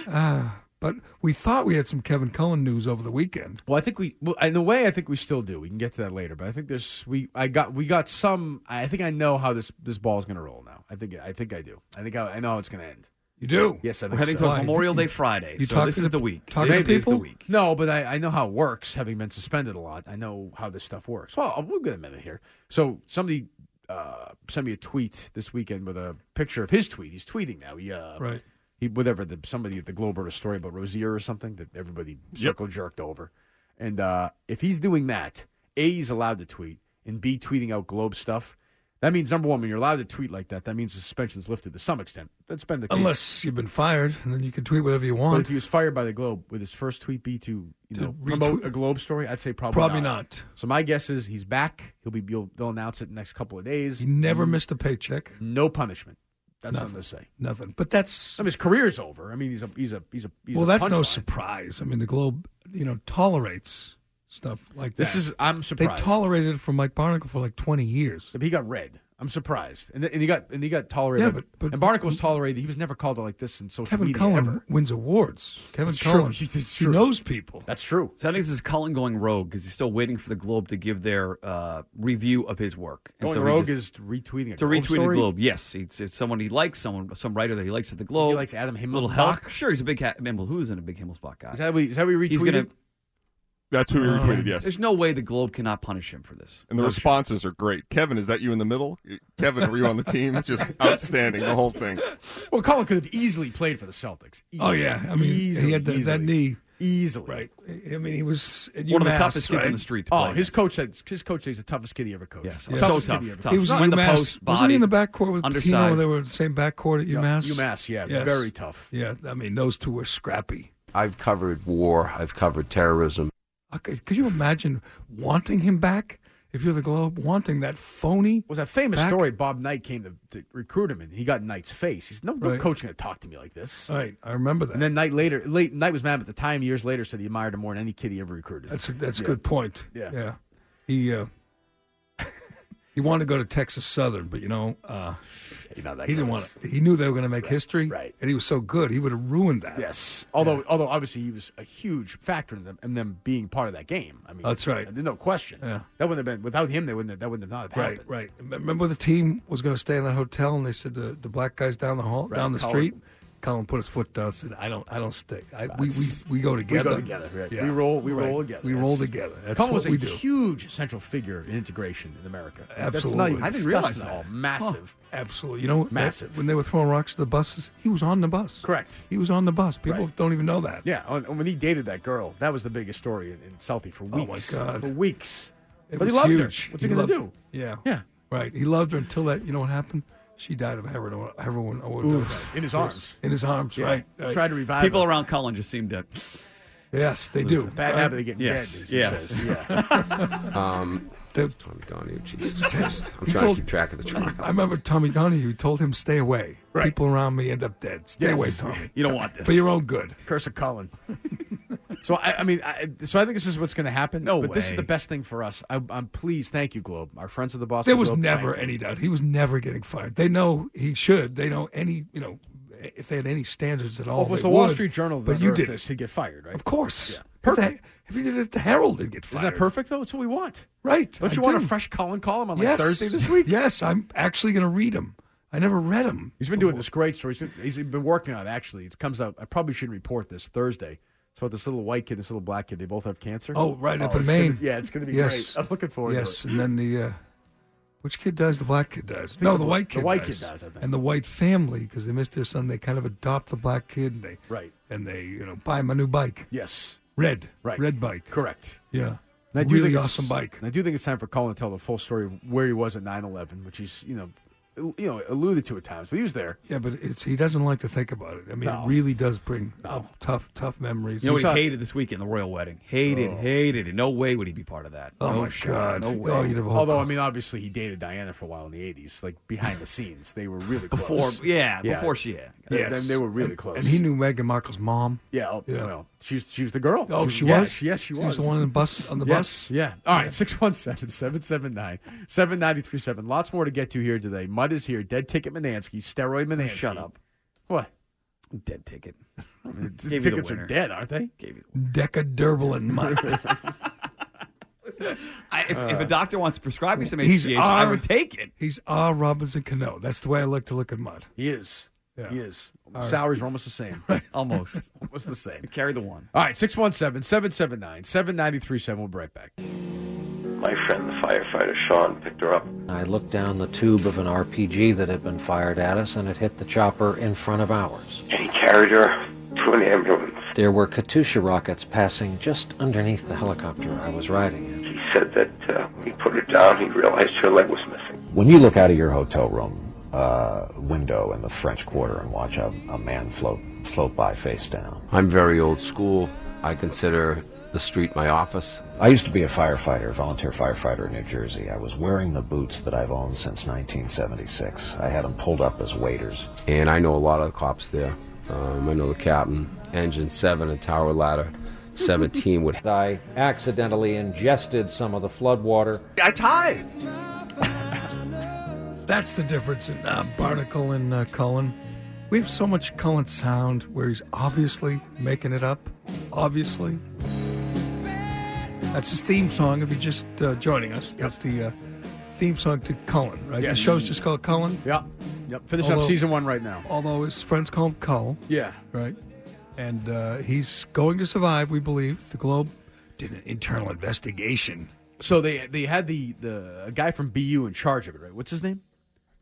Ah, but we thought we had some Kevin Cullen news over the weekend. Well, I think we, well, in a way, I think we still do. We can get to that later, but I think there's we, I got, we got some. I think I know how this this ball is going to roll now. I think, I think I do. I think I, I know how it's going to end. You do? Yes, I We're think heading so. towards Memorial Day Friday, so this is the week. Talk This is the week. No, but I, I know how it works. Having been suspended a lot, I know how this stuff works. Well, we'll get a minute here. So somebody uh, sent me a tweet this weekend with a picture of his tweet. He's tweeting now. He, uh, Right. He whatever the somebody at the Globe wrote a story about Rozier or something that everybody circle jerked over, and uh, if he's doing that, a he's allowed to tweet and b tweeting out Globe stuff. That means number one, when you're allowed to tweet like that, that means the suspension's lifted to some extent. That's been the case. Unless you've been fired, and then you can tweet whatever you But want. if he was fired by the Globe, would his first tweet be to you To know retweet- promote a Globe story? I'd say probably Probably not. So my guess is he's back. He'll be you'll, they'll announce it in the next couple of days. He never Hmm. missed a paycheck. No punishment. That's Nothing. what I'm gonna say. Nothing. But that's I mean, his career's over. I mean, he's a he's a he's a he's well, a that's no punchline. surprise. I mean, the Globe, you know, tolerates stuff like This is is- I'm surprised. They tolerated it from Mike Barnacle for like twenty years. But he got red. I'm surprised, and, th- and he got and he got tolerated. Yeah, but- but- and Barnacle was tolerated. He was never called out like this in social Kevin media Cullen ever. wins awards. Kevin That's true. (laughs) Cullen, He- he that's true. knows people. That's true. So I think this is Cullen going rogue because he's still waiting for the Globe to give their uh, review of his work. Going so he rogue just- is retweeting a to Globe retweet story? the Globe. Yes, it's, it's someone he likes, someone some writer that he likes at the Globe. He likes Adam Little Himmelsbach? help. Sure, he's a big ha- Himmel. Who isn't a big Himmelsbach guy? Is that what- is that what he He's gonna- retweeted? That's who he Um, retweeted. Yes, There's no way the Globe cannot punish him for this. and the No shot. responses are great. Kevin, is that you in the middle? Kevin, were you on the team? It's just outstanding. The whole thing. Well, Cullen could have easily played for the Celtics. Oh yeah, I mean, Easily, he had the, that easily. knee. Easily, right? I mean, he was at One of the UMass, toughest kids on right? the street to Oh, play his coach said his coach said he's the toughest kid he ever coached. Yes, Toughest so kid tough, he ever tough. He was coached. at When the UMass. post, Wasn't he in the body, backcourt with Patino? undersized. They were in the same backcourt at UMass. UMass, yeah, Yes. very tough. Yeah, I mean, those two were scrappy. I've covered war. I've covered terrorism. Okay, could you imagine wanting him back if you're the Globe? Wanting that phony? was that famous back? story. Bob Knight came to, to recruit him, and he got Knight's face. He's no, no Right. Oh, coach going to talk to me like this. Right, I remember that. And then Knight later, late Knight was mad at the time. Years later, said he admired him more than any kid he ever recruited. That's a, that's a Yeah. good point. Yeah. yeah. He uh, (laughs) he wanted to go to Texas Southern, but you know, uh, You know, that he didn't goes. want. To, he knew they were going to make history, right. And he was so good, he would have ruined that. Yes, although although obviously he was a huge factor in them, in them being part of that game. I mean, That's right. There's no question. Yeah. That wouldn't have been without him. They wouldn't. Have, that wouldn't have not have happened. Right, right. M- Remember the team was going to stay in that hotel, and they said the, the black guys down the hall, Right, down the Colin. street. Colin put his foot down, and said, "I don't, I don't stay. I, we, we we go together. We go together. Right. Yeah. We roll. We Right. roll together. We roll together. That's Cullen what was a we do. huge central figure in integration in America. That's not Absolutely. even I didn't discussed realize at that. all. Oh, Massive. Absolutely. You know, that- massive. when they were throwing rocks to the buses, he was on the bus. Correct. He was on the bus. People Right. don't even know that. Yeah, and- and when he dated that girl, that was the biggest story in, in Southie for Oh my weeks. God. For weeks. It but he was loved huge. her. What's he, He going to do? loved- Yeah. Yeah. Right. He loved her until that. You know what happened? She died of heroin. heroin overdose. in his arms. In his arms. Yeah. Right. Tried right. to revive People him. around Cullen just seem to. (laughs) Yes, they It's do. a bad Right? habit of getting dead. Yes. as he Yes. says. Yeah. Um, that's Tommy Donahue. Jesus Christ. I'm He trying told- to keep track of the trial. I remember Tommy Donahue told him, "Stay away. People around me end up dead. Stay Yes. away, Tommy. You don't want this. For your own good." Curse of Cullen. (laughs) so I, I mean, I, so I think this is what's going to happen. No but this is way. the best thing for us. I, I'm pleased. Thank you, Globe. Our friends of the Boston. There was Globe, never thank you. any doubt. He was never getting fired. They know he should. They know any. You know, if they had any standards at all, Well, if it was they the Wall would. Street Journal, But you did. this, he'd get fired, right? Of course. Yeah. Perfect. If, you did it, the Herald did get Isn't fired. that perfect though? That's what we want. Right. Don't I you want a do. fresh Colin column on like yes. Thursday this week? Yes, I'm actually going to read him. I never read him. He's been doing this great story. He's- he's been working on it, actually. It comes out. I probably shouldn't report this Thursday. It's about this little white kid, this little black kid. They both have cancer. Oh, right up in it's Maine. gonna- yeah, it's going to be Yes. great. I'm looking forward Yes, to it. and then the uh, which kid dies? The black kid dies. No, the the bl- white the kid. white dies. kid dies, I think. And the white family, because they missed their son, they kind of adopt the black kid. And they Right. and they you know buy him a new bike, Yes. red, Right. red bike. Correct. Yeah, And I do really think it's- awesome bike. and I do think it's time for Colin to tell the full story of where he was at 9/11, which he's you know, al- you know, alluded to at times, but he was there. Yeah, but it's he doesn't like to think about it. I mean, No. it really does bring up tough, tough memories. You know, he hated this weekend, the royal wedding. Hated, hated it. No way would he be part of that. Oh, No my shot. God! No way. Oh, you'd have Although I mean, obviously he dated Diana for a while in the 80s, like behind the scenes, they were really Before, close. yeah, before she. Yeah. They- Yes. they were really and, close. And he knew Meghan Markle's mom. Yeah, oh, Yeah. well, she was, she was the girl. Oh, she yeah, was? she- yes, she, She was was. the one on the bus- on the Yes, bus? Yeah. All right, 617 779 7937. Lots more to get to here today. Mud is here. Dead Ticket Manansky. Steroid Manansky. Oh, Shut up. What? Dead ticket. The Gave you the tickets winner. are dead, aren't they? Gave you. Decaderbalin Mike. I, if, if a doctor wants to prescribe me some He's HGH, I R- would take it. (laughs) He's R. Robinson Cano. That's the way I like to look at mud. He is. He is. All right. Salaries are almost the (laughs) same. Almost. almost the same. Carry the one. All right, 617 779 7937. We'll be right back. My friend, the firefighter Sean, picked her up. I looked down the tube of an RPG that had been fired at us and it hit the chopper in front of ours. and He carried her to an ambulance. There were Katusha rockets passing just underneath the helicopter I was riding in. He said that uh, when he put her down, he realized her leg was missing. When you look out of your hotel room uh, window in the French Quarter and watch a, a man float float by face down, I'm very old school. I consider the street my office. I used to be a firefighter, volunteer firefighter in New Jersey. I was wearing the boots that I've owned since 1976. I had them pulled up as waiters. and I know a lot of the cops there. Um, I know the captain, engine seven, and tower ladder seventeen would. I accidentally ingested some of the flood water. I tithe. That's the difference in uh, Barnacle and uh, Cullen. We have so much Cullen sound where he's obviously making it up. Obviously. That's his theme song if you're just uh, joining us. That's the uh, theme song to Cullen, right? Yes. The show's just called Cullen. Yep. Yep. Finish up Although- season one right now. Although his friends call him Cull. Yeah. Right. And uh, he's going to survive, we believe. The Globe did an internal investigation. So they they had the the a guy from BU in charge of it, right? What's his name?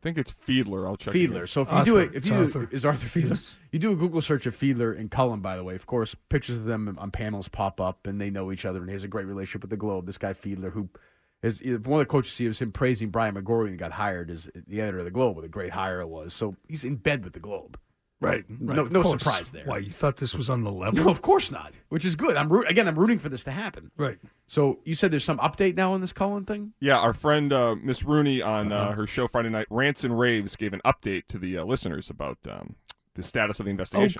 I think it's Fiedler. I'll check. it Fiedler. out. So if you do it, if you do, Arthur. is Arthur Fiedler, Yes. you do a Google search of Fiedler and Cullen. By the way, of course, pictures of them on panels pop up, and they know each other, and he has a great relationship with the Globe. This guy Fiedler, who is one of the coaches, he was him praising Brian McGorry and got hired as the editor of the Globe. What a great hire it was. So he's in bed with the Globe. Right. no, of no course. surprise there. Why, you thought this was on the level? No, of course not. Which is good. I'm root again. I'm rooting for this to happen. Right. Oh, So you said there's some update now on this Cullen thing. Yeah, our friend uh, Miss Rooney on uh, her show Friday night, Rants and Raves, gave an update to the uh, listeners about um, the status of the Oh, investigation.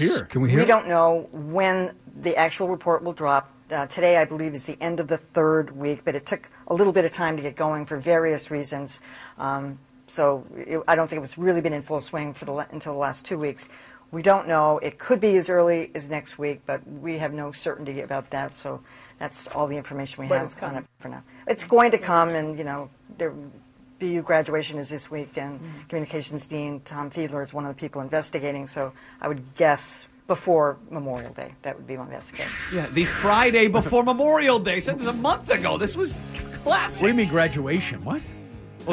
We don't know when the actual report will drop. Uh, today, I believe, is the end of the third week, but it took a little bit of time to get going for various reasons. Um, so it, I don't think it was really been in full swing for the, la- until the last two weeks. We don't know. It could be as early as next week, but we have no certainty about that. So that's all the information we But have it's on coming. it for now. It's going to come, and you know, there, BU graduation is this week, and communications dean Tom Fiedler is one of the people investigating. So I would guess before Memorial Day, that would be my best guess. Yeah, the Friday before Memorial Day. Said this a month ago. This was classic. What do you mean graduation? What? Well,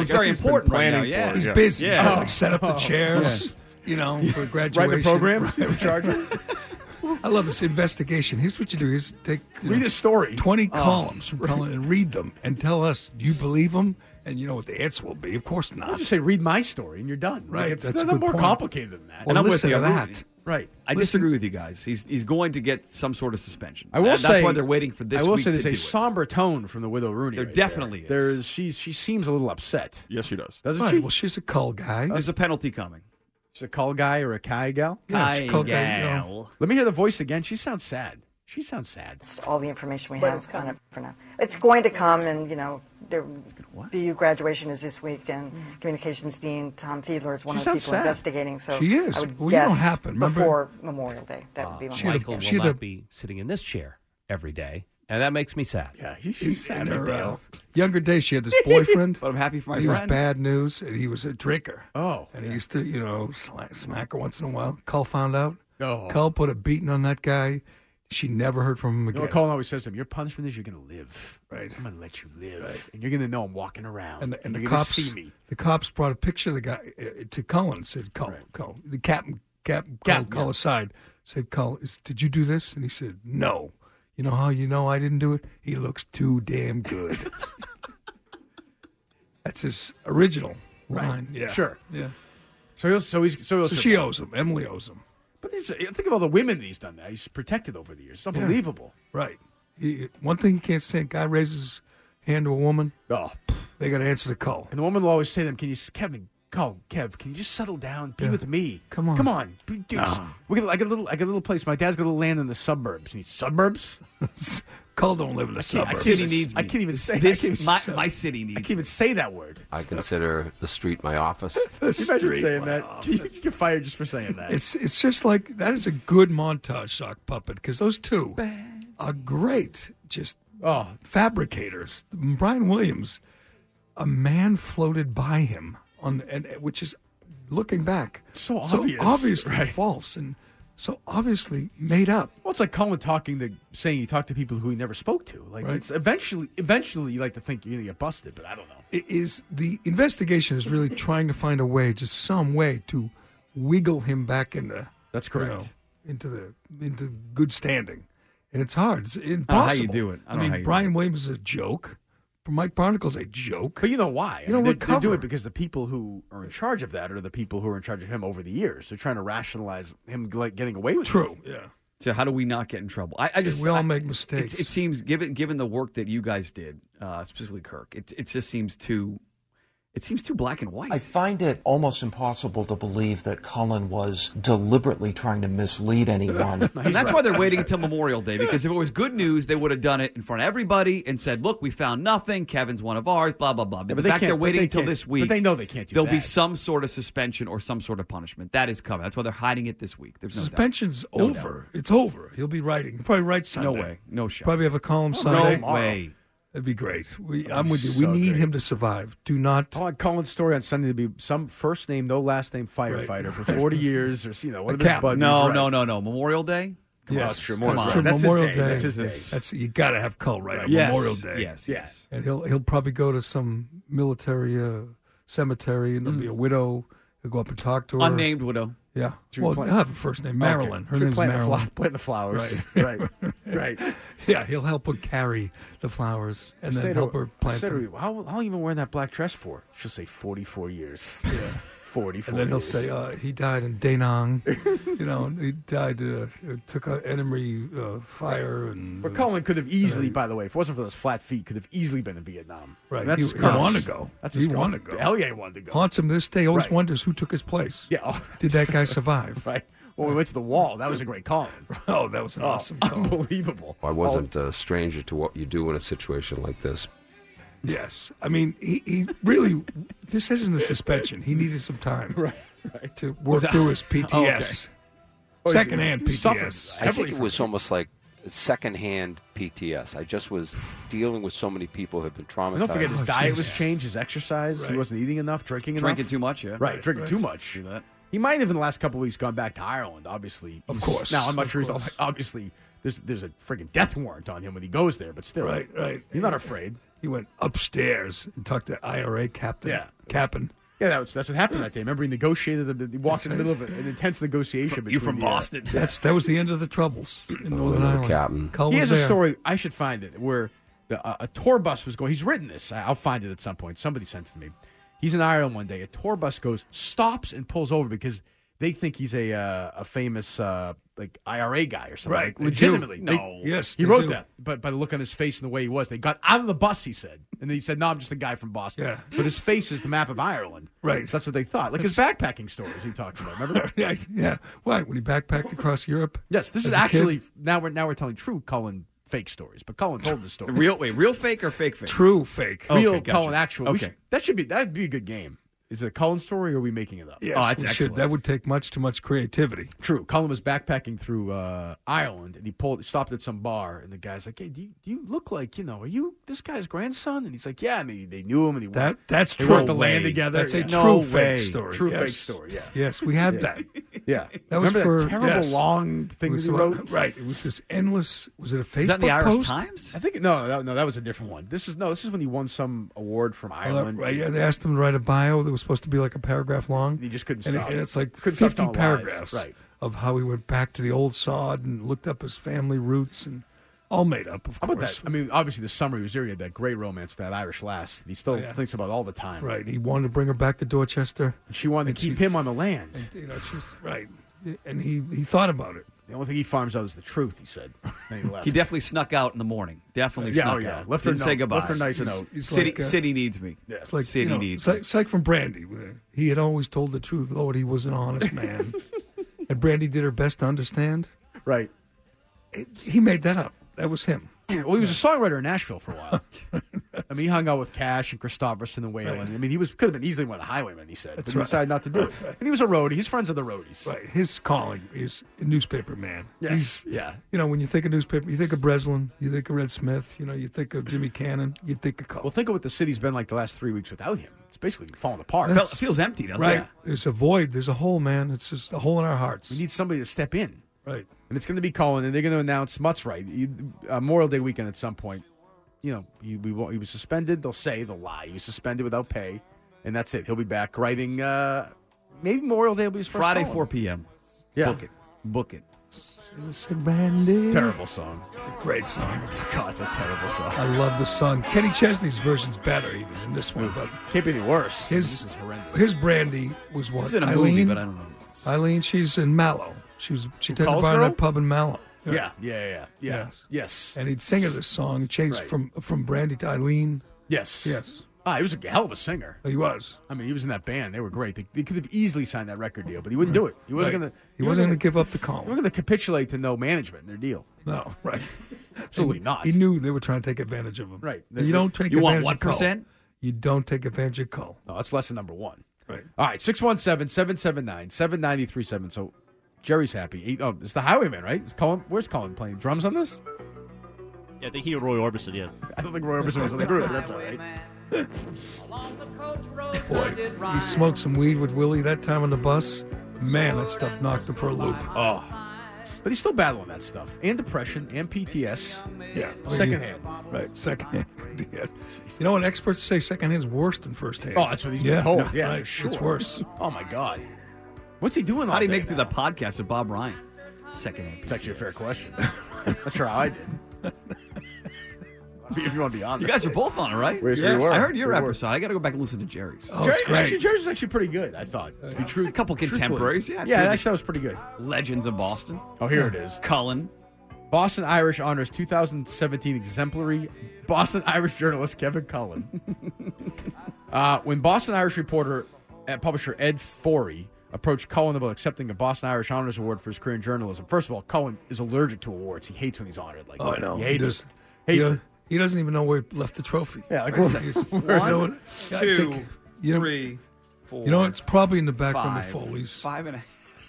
I it's guess very he's been important right planning now. Yeah, for it, He's yeah. busy. He's gotta, like, set up the Oh. chairs. Yeah. You know, for graduation. Write the program. He's in charge of it. I love this investigation. Here's what you do: is take you Read know, a story, twenty Oh, columns from right. Cullen, and read them, and tell us do you believe them, and you know what the answer will be. Of course not. I'll just say, read my story, and you're done. Like, Right, it's that's a not good more point. complicated than that. Or listen to I'm that. rooting- Right. I disagree with you guys. He's he's going to get some sort of suspension. I will That's say why they're waiting for this. I will week say to there's do a it. somber tone from the widow Rooney. There right definitely there. is. There's she she seems a little upset. Yes, she does. Doesn't Right, she? well, she's a cull guy. There's a penalty coming. She's a call guy or a Kai gal. Yeah, she's a cull guy, Kai gal. gal. Let me hear the voice again. She sounds sad. She sounds sad. That's all the information we But have it's on it for now. It's going to come, and you know, there, BU graduation is this week, and communications dean Tom Fiedler is one She of the people sounds sad. investigating. So She is. I would Well, you guess know what happened, remember? before Memorial Day. That would be Ah, my best Michael guess. will not be sitting in this chair every day, and that makes me sad. Yeah, she's sad, In her, Dale. uh, younger days, she had this boyfriend. but I'm happy for my he friend. was bad news, and he was a drinker. Oh, and he used to, you know, sla smack her once in a while. Cull found out. Oh. Cull put a beating on that guy. She never heard from him You know again. what Colin always says to him? Your punishment is you're going to live. Right. I'm going to let you live, and you're going to know I'm walking around, and the, and the you're gonna cops see me. The cops brought a picture of the guy uh, to Cullen. and Said Cullen, Cullen. The captain, captain, Captain, called Cull yeah. aside. Said Cullen, is, did you do this? And he said, no. You know how you know I didn't do it? He looks too damn good. (laughs) That's his original line. Yeah, Sure. Yeah. So he'll, so he's so, he'll So she survive. owes him. Emily owes him. But these, think of all the women that he's done that he's protected over the years. It's Yeah. unbelievable. Right. He, one thing he can't stand: guy raises his hand to a woman. Oh, they got to answer the (laughs) call. And the woman will always say to him, "Can you, Kevin, call Kev? Can you just settle down? Be with me. Come on, come on. Be- do- No. We got, I got a little, I got a little place. My dad's got a little land in the suburbs. And he's suburbs. Call don't live in the I suburbs. can't, City even- needs I me. can't even This- say this- I can't even- my- my city needs. I can't even say that word. I consider the street my office. Can you imagine saying that? (laughs) you get fired just for saying that. It's it's just like that is a good montage sock puppet because those two are great. Just oh, fabricators. Brian Williams, a man floated by him on, and which is looking back So obvious, obviously right. false, and so obviously made up. Well, it's like Colin talking to saying he talked to people who he never spoke to. Like Right. it's eventually, eventually, you like to think you're gonna get busted, but I don't know. It is the investigation is really trying to find a way, just some way to wiggle him back into that's correct into the into good standing, and it's hard. It's know how you impossible. do it. I don't know mean, how you do Brian Williams is a joke. Br- Mike Barnicle's a joke. But you know why? You don't they, they recover. do it because the people who are in charge of that are the people who are in charge of him over the years. They're trying to rationalize him like getting away with True. it. Yeah. So how do we not get in trouble? I, I just we all I- make mistakes. It, it seems given given the work that you guys did, uh, specifically Kirk, it it just seems too it seems too black and white. I find it almost impossible to believe that Cullen was deliberately trying to mislead (laughs) anyone. (laughs) and that's why they're waiting until Memorial Day because if it was good news, they would have done it in front of everybody and said, "Look, we found nothing. Kevin's one of ours." Blah blah blah. Yeah, the but they fact can't- they're but waiting they until can't- this week, but they know they can't do There'll be that. some sort of suspension or some sort of punishment that is coming. That's why they're hiding it this week. There's no doubt. Suspension's No doubt. over. It's over. He'll be writing. He'll probably write Sunday. way. No shot. Probably have a column No Sunday. way. That'd be great. We, That'd I'm be with you. so we need great. him to survive. Do not. I want Colin's story on Sunday to be some first name, no last name firefighter (laughs) for 40 years or, you know, one of his buddies. No, right. no, no, no. Memorial Day. Come on, Yes. sure, That's Memorial true. Day. That's his Memorial day. Day. That's his day. That's you got to have Cull right, on Yes. Memorial Day. Yes, yes. And he'll he'll probably go to some military uh, cemetery, and there'll Mm. be a widow. He'll go up and talk to her. Unnamed widow. Yeah. Should we well, plan- I have a first name, Okay. Marilyn. Her Should we name's plant the Marilyn. flo- plant the flowers? (laughs) Right. Right. (laughs) yeah, he'll help her carry the flowers (laughs) and Say then to help her plant say to them. her, how, how long you been wearing that black dress for? She'll say (laughs) 44 years. (laughs) Yeah. 44 And then he'll years. say, uh, he died in (laughs) Danang. you know, and he died, uh, took an enemy uh, fire. and uh, Or Colin could have easily, by the way, if it wasn't for those flat feet, could have easily been in Vietnam. Right. That's He- his he curse. wanted to go. That's He his curse. wanted to go. Hell yeah, he wanted to go. Haunts him this day. Always Right. wonders who took his place. Yeah. oh, Did that guy survive? (laughs) right. When we went to the wall, that was a great Colin. oh, that was an (laughs) awesome (laughs) Unbelievable. I wasn't a stranger to what you do in a situation like this. Yes. I mean, he, he really, this isn't a suspension. He needed some time (laughs) right, right. to work Was that- through his Oh, okay. PTS. Oh, he's- Secondhand PTS. I think it was almost like secondhand PTS. I just was dealing with so many people who have been traumatized. And don't forget, his Oh, diet was changed, his exercise. He wasn't eating enough, drinking enough. Drinking too much, yeah. Right, Right, drinking right. too much. He might have, in the last couple of weeks, gone back to Ireland, obviously. Of He's- course, Now, I'm not of sure he's all, course. obviously, there's, there's a friggin' death warrant on him when he goes there, but still. Right, right. He's not afraid. He went upstairs and talked to IRA captain. Yeah. Captain. Yeah, that was, that's what happened that day. Remember, he negotiated, the, he walked in the middle of an intense negotiation. between the, uh, That's that was the end of the troubles in Northern Ireland. Cull he was has a there. story. I should find it where the, uh, a tour bus was going. He's written this. I, I'll find it at some point. Somebody sent it to me. He's in Ireland one day. A tour bus goes, stops, and pulls over because they think he's a uh, a famous uh, like IRA guy or something. Right, Like, they do. legitimately. They- no. yes, He they wrote do. that. But by the look on his face and the way he was, they got out of the bus. He said, and then he said, "No, I'm just a guy from Boston." Yeah. But his face is the map of Ireland. Right. So that's what they thought. Like his backpacking stories he talked about. (laughs) Remember? Right, (laughs) yeah. Why? When he backpacked across Europe? Yes, this as is a kid? actually now we're now we're telling true Cullen fake stories, but Cullen told the story. Real wait, real fake or fake fake? True fake. Okay, real gotcha. Cullen actual. We Okay. should- that should be that'd be a good game. Is it a Cullen story or are we making it up? Yes, we should. Oh, excellent. That would take much too much creativity. True. Cullen was backpacking through uh, Ireland and he pulled stopped at some bar and the guy's like, "Hey, do you, do you look like you know? Are you this guy's grandson?" And he's like, "Yeah." I mean, they knew him and he That worked- that's they true. worked the land together. That's Yeah. a No true way. fake story. True yes. fake story. Yeah. Yes, we had Yeah. that. Yeah. That was Remember for terrible yes. long It thing was that he about- wrote. Right. It was this endless. Was it a Facebook post? I think no, no, no, that was a different one. This is no, this is when he won some award from Oh, that- Ireland. right, yeah, they asked him to write a bio that was supposed to be like a paragraph long. You just couldn't and, stop. It, and it's like Couldn't stop 50 telling lies, paragraphs right. of how he went back to the old sod and looked up his family roots and all made up, of How course. about that? I mean, obviously, the summer he was there, he had that great romance, that Irish lass. that He still Yeah. thinks about all the time. Right. He wanted to bring her back to Dorchester. And she wanted to keep him on the land. you know, she's right. And he, he thought about it. The only thing he farms out is the truth. He said. (laughs) Then he left. He definitely snuck out in the morning. Definitely Yeah, snuck oh, yeah. out. Left her Didn't note. say goodbye. Left her nice He's- note. he's City- like, uh, City needs me. Yeah, it's like City you know, needs it's like, it's like from Brandy. He had always told the truth. Lord, he was an honest (laughs) man, and Brandy did her best to understand. Right. It, he made that up. That was him. well, he was a songwriter in Nashville for (laughs) a while. I mean, he hung out with Cash and Christopherson and Whalen. I mean, he was could have been easily one of the highwaymen. He said, That's but he right. decided not to do it. And he was a roadie. His friends are the roadies. Right. His calling is a newspaper man. Yes. He's- yeah. You know, when you think of newspaper, you think of Breslin, you think of Red Smith, you know, you think of Jimmy Cannon, you think of Cole. Well, think of what the city's been like the last three weeks without him. It's basically falling apart. That's- right. Yeah. There's a void. There's a hole, man. It's just a hole in our hearts. We need somebody to step in. Right. And it's going to be Colin, and they're going to announce Mutt's right. you- Uh, Memorial Day weekend at some point. You know, he, we won't, he was suspended. They'll say, they'll lie. He was suspended without pay, and that's it. He'll be back writing. Uh, maybe Memorial Day will be his first Friday, column. 4 p.m. Yeah. Book it. Book it. Terrible song. Oh It's a great song. God, it's a terrible song. I love the song. Kenny Chesney's version's better even than this one, but can't be any worse. His This is horrendous. his brandy was one. This is in a Eileen, movie, but I don't know. Eileen, she's in Mallow. She was she tended Calls bar in Girl? that pub in Mallow. Yeah, yeah, yeah, yeah. yeah. Yes. And he'd sing her this song, changed Right. from from brandy to Eileen. Yes. Yes. Ah, he was a hell of a singer. He was. I mean, he was in that band. They were great. They, they could have easily signed that record deal, but he wouldn't do it. He wasn't Right. going to. He wasn't gonna give up the column. He wasn't going to capitulate to no management in their deal. No, (laughs) right. Absolutely not. He knew they were trying to take advantage of him. Right. And you don't take You want advantage of Cole. 1%? You don't take advantage of Cole. No, that's lesson number one. Right. All right, 617 779 7937. So Jerry's happy. He, oh, it's the Highwayman, right? It's Colin, where's Colin playing drums on this? Yeah, I think he and Roy Orbison, yeah. I don't think Roy Orbison was in the group, but that's all right. Boy, he smoked some weed with Willie that time on the bus. Man, that stuff knocked him for a loop. Oh. But he's still battling that stuff and depression and PTS. Yeah. Secondhand. Right, secondhand. (laughs) yes. You know, what experts say secondhand's worse than firsthand. Oh, that's what he's yeah. been told. no, Yeah, right, for sure. It's worse. (laughs) Oh, my God. What's he doing all How do you day make it through the podcast with Bob Ryan? Second hand. It's actually a fair question. (laughs) Not sure how I (laughs) did. if you want to be honest. You guys are both on it, right? Yes, we Yes. were. I heard your We were. episode. I got to go back and listen to Jerry's. Oh, Jerry, Actually, Jerry's is actually pretty good, I thought. To be true, A couple truthfully. contemporaries. yeah, Yeah, two of actually, that was pretty good. the Legends of Boston. Oh, here it is. Cullen. Boston Irish honors 2017 exemplary Boston Irish journalist Kevin Cullen. uh, when Boston Irish reporter and publisher Ed Forey approached Cullen about accepting a Boston Irish Honors Award for his career in journalism, first of all, Cullen is allergic to awards. He hates when he's honored. Like, Oh, I know. He He hates does. it. He, Hates does- it. he doesn't even know where he left the trophy. (laughs) Yeah, like, Where's- where- he's- where's- you know what? I think- you know- You know, it's probably in the background of Foley's. Five and a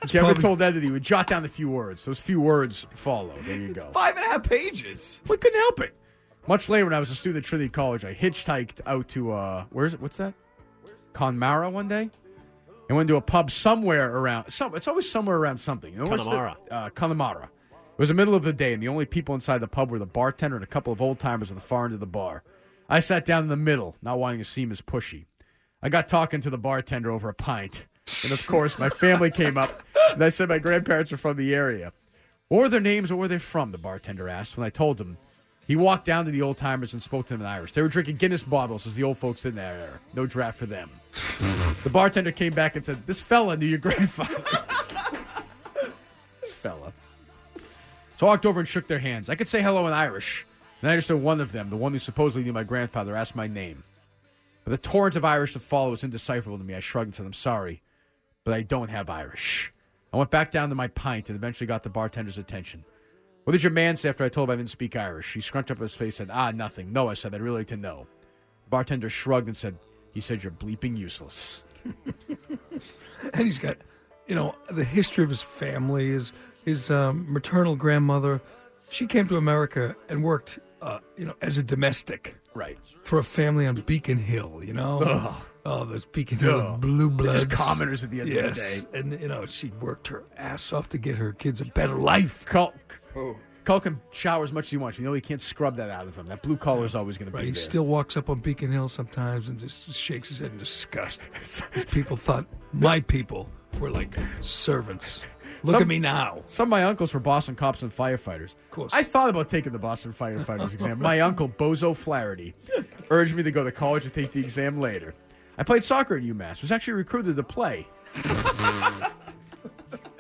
Kevin probably- told Ed that he would jot down the few words. Those few words follow. There you go. five and a half pages. We couldn't help it. Much later, when I was a student at Trinity College, I hitchhiked out to uh, where's it? What's that? Connemara one day, and went to a pub somewhere around. Some it's always somewhere around something. You know, what's the- Connemara. uh, Connemara. It was the middle of the day, and the only people inside the pub were the bartender and a couple of old timers at the far end of the bar. I sat down in the middle, not wanting to seem as pushy. I got talking to the bartender over a pint, and of course, my family came up, and I said my grandparents are from the area. What were their names? Or where they're from? The bartender asked. When I told him, he walked down to the old timers and spoke to them in Irish. They were drinking Guinness bottles as the old folks did in that era. No draft for them. the bartender came back and said, "This fella knew your grandfather." this fella. So I walked over and shook their hands. I could say hello in Irish, and I understood one of them, the one who supposedly knew my grandfather, asked my name. But the torrent of Irish that followed was indecipherable to me. I shrugged and said, "I'm sorry, but I don't have Irish." I went back down to my pint and eventually got the bartender's attention. What did your man say after I told him I didn't speak Irish? He scrunched up his face and said, Ah, nothing. No, I said, I'd really like to know. The bartender shrugged and said, He said you're bleeping useless. and he's got you know the history of his family his his um, maternal grandmother she came to america and worked uh, you know as a domestic Right. for a family on beacon hill you know Ugh. oh those beacon hill Ugh. blue They're bloods just commoners at the end of the yes. day. and you know she worked her ass off to get her kids a better life Culk. Culk can shower as much as he wants. You know, he can't scrub that out of him. That blue collar is always going to Right, be he there. still walks up on Beacon Hill sometimes and just shakes his head in (laughs) disgust. 'Cause people thought my people were like servants. Look Some- at me now. Some of my uncles were Boston cops and firefighters. Of course. I thought about taking the Boston firefighters exam. My uncle, Bozo Flaherty, urged me to go to college and take the exam later. I played soccer at UMass, was actually recruited to play. (laughs)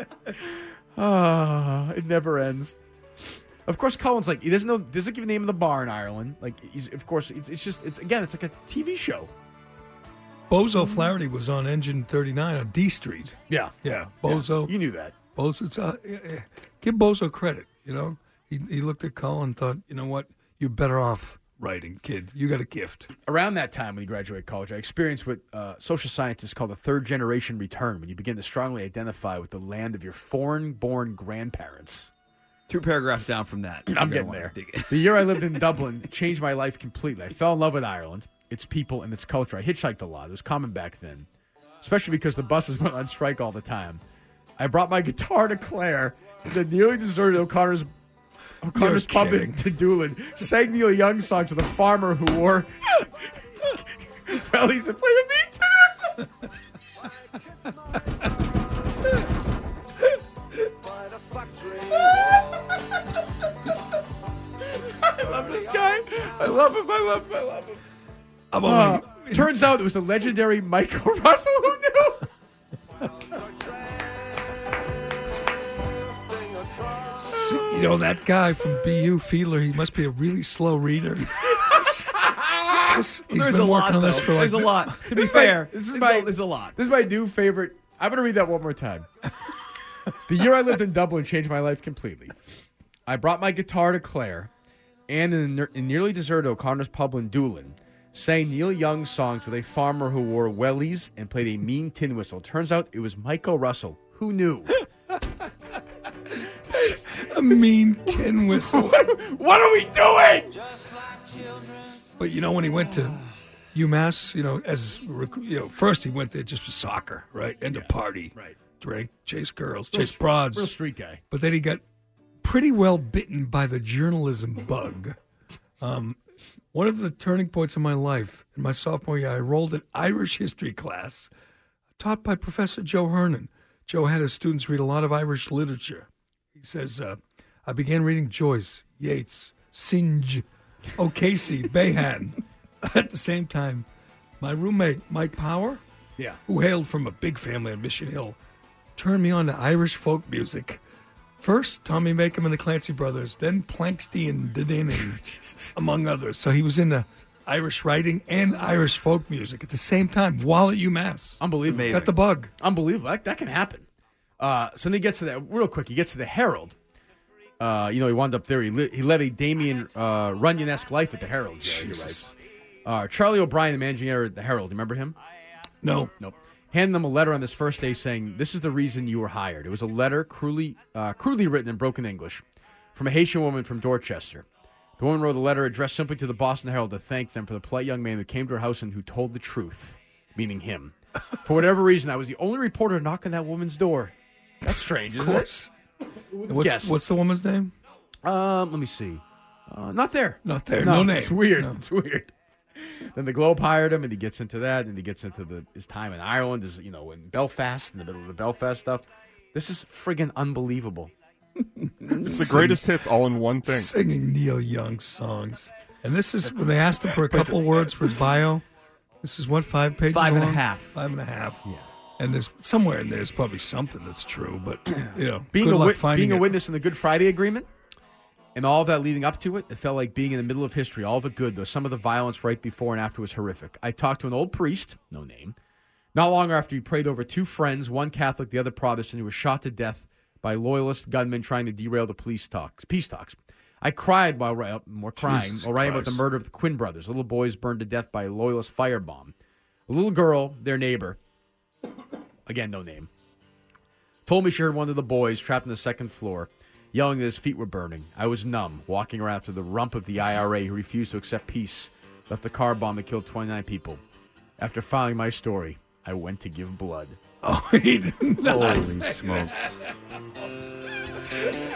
Ah, it never ends. Of course, Colin's like he doesn't know doesn't give a name of the bar in Ireland. Like he's of course it's, it's just it's again it's like a TV show. Bozo Flaherty was on Engine 39 on D Street. Yeah, Yeah, Bozo. you knew that. Bozo. it's, uh, eh, eh, give Bozo credit. You know, he he looked at Colin and thought, you know what, you're better off writing, kid. You got a gift. around that time when you graduate college, I experienced what uh, social scientists call the third generation return, when you begin to strongly identify with the land of your foreign born grandparents. Two paragraphs down from that. You're I'm gonna getting wanna there. dig it. The year I (laughs) lived in Dublin changed my life completely. I fell in love with Ireland, its people, and its culture. I hitchhiked a lot. It was common back then, especially because the buses (laughs) went on strike all the time. I brought my guitar to Claire, the nearly deserted O'Connor's O'Connor's You're pub in Doolin, sang Neil Young songs with a farmer who wore (laughs) well, he's a play the meat (laughs) to this. love this guy. I love him. I love him. I love him. I'm uh, (laughs) turns out it was the legendary Michael Russell who knew. (laughs) You know that guy from BU Fiedler. He must be a really slow reader. (laughs) He's There's been a lot, working on this though. for like There's a lot. To be This is fair, my- this is my is a lot. This is my new favorite. I'm gonna read that one more (laughs) time. the year I lived in Dublin changed my life completely. I brought my guitar to Claire, and in, the, in nearly deserted O'Connor's pub in Doolin, sang Neil Young songs with a farmer who wore wellies and played a mean tin whistle. Turns out it was Michael Russell. Who (gasps) knew? a mean tin whistle. (laughs) what are we doing? But you know when he went to UMass, you know as rec- you know, first he went there just for soccer, right, and to party, right, drank, chase girls, Real chase str- broads, real street guy. But then he got pretty well bitten by the journalism bug. Um, one of the turning points in my life in my sophomore year, I enrolled in Irish history class taught by Professor Joe Hernan. Joe had his students read a lot of Irish literature. He says, uh, I began reading Joyce, Yeats, Synge, (laughs) O'Casey, Behan. At the same time, my roommate, Mike Power, Yeah. who hailed from a big family on Mission Hill, turned me on to Irish folk music. First, Tommy Makem and the Clancy Brothers, then Planksty and (laughs) Didining, among others. So he was into Irish writing and Irish folk music at the same time while at UMass. Unbelievable. Got the bug. Unbelievable. That, that can happen. Uh, so then he gets to that real quick. He gets to the Herald. Uh, you know, he wound up there. He, li- he led a Damien uh, Runyon esque life at the Herald. Yeah, you're right. Uh, Charlie O'Brien, the managing editor at the Herald, you remember him? No. Nope. Hand them a letter on this first day saying, This is the reason you were hired. It was a letter cruelly, uh, crudely written in broken English from a Haitian woman from Dorchester. The woman wrote a letter addressed simply to the Boston Herald to thank them for the polite young man who came to her house and who told the truth, (laughs) meaning him. For whatever reason, I was the only reporter knocking that woman's door. That's strange, Of isn't course. it? And What's, what's the woman's name? Um, let me see. Uh, not there. Not there. No name. It's weird. No. It's weird. (laughs) Then the Globe hired him, and he gets into that, and he gets into the his time in Ireland, is you know, in Belfast, in the middle of the Belfast stuff. This is friggin' unbelievable. It's the greatest hits all in one thing. Singing Neil Young songs. And this is when they asked him for a couple words for his bio. This is what, five pages? Five and a long? half. Five and a half. Yeah. And there's somewhere in there's probably something that's true, but (clears throat) you know, being good a luck wit- finding being a it. witness in the Good Friday Agreement and all that leading up to it, it felt like being in the middle of history. All the good, though some of the violence right before and after was horrific. I talked to an old priest, no name, not long after he prayed over two friends, one Catholic, the other Protestant, who was shot to death by loyalist gunmen trying to derail the police talks, peace talks. I cried while ri- more crying Jesus while writing about the Christ. murder of the Quinn brothers, little boys burned to death by a loyalist firebomb. A little girl, their neighbor, again no name, told me she heard one of the boys trapped on the second floor yelling that his feet were burning. I was numb, walking around after the rump of the IRA who refused to accept peace, left a car bomb that killed 29 people. After filing my story, I went to give blood. (laughs) Oh, he did not Holy say smokes.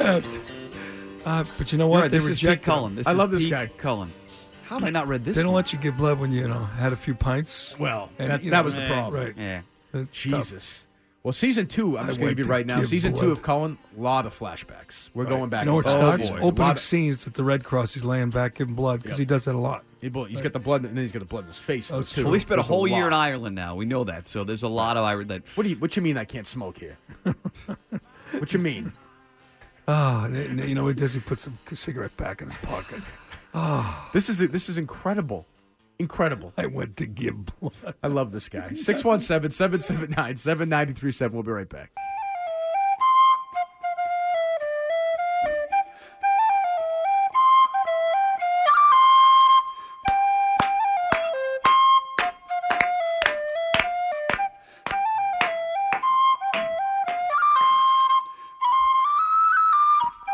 Uh, but you know You're what? right, they this is Pete rejected him. Cullen. This is Pete Cullen. How have I not read this? They don't one? let you give blood when you, you know had a few pints. Well, And, that, you that know, eh, was the problem. Right. Yeah. That's Jesus. Well, season two, I'm I just going to went give you to right now. give Season two blood. of Colin, a lot of flashbacks. We're going back. You know, and it forth. starts Oh, boy. A lot opening of- scenes at the Red Cross. He's laying back, giving blood because Yep. he does that a lot. He bull- He's got the blood, and then he's got the blood in his face. though, That's too. true. Well, we spent a There's whole year lot. in Ireland now. We know that. So there's a lot of Ireland that. What do you What you mean? I can't (laughs) smoke here. what you mean? Ah, and- and you know what he does? He puts a cigarette back in his pocket. Ah, This is this is incredible. Incredible. I went to give blood. I love (laughs) this guy. 617 779 7937. We'll be right back.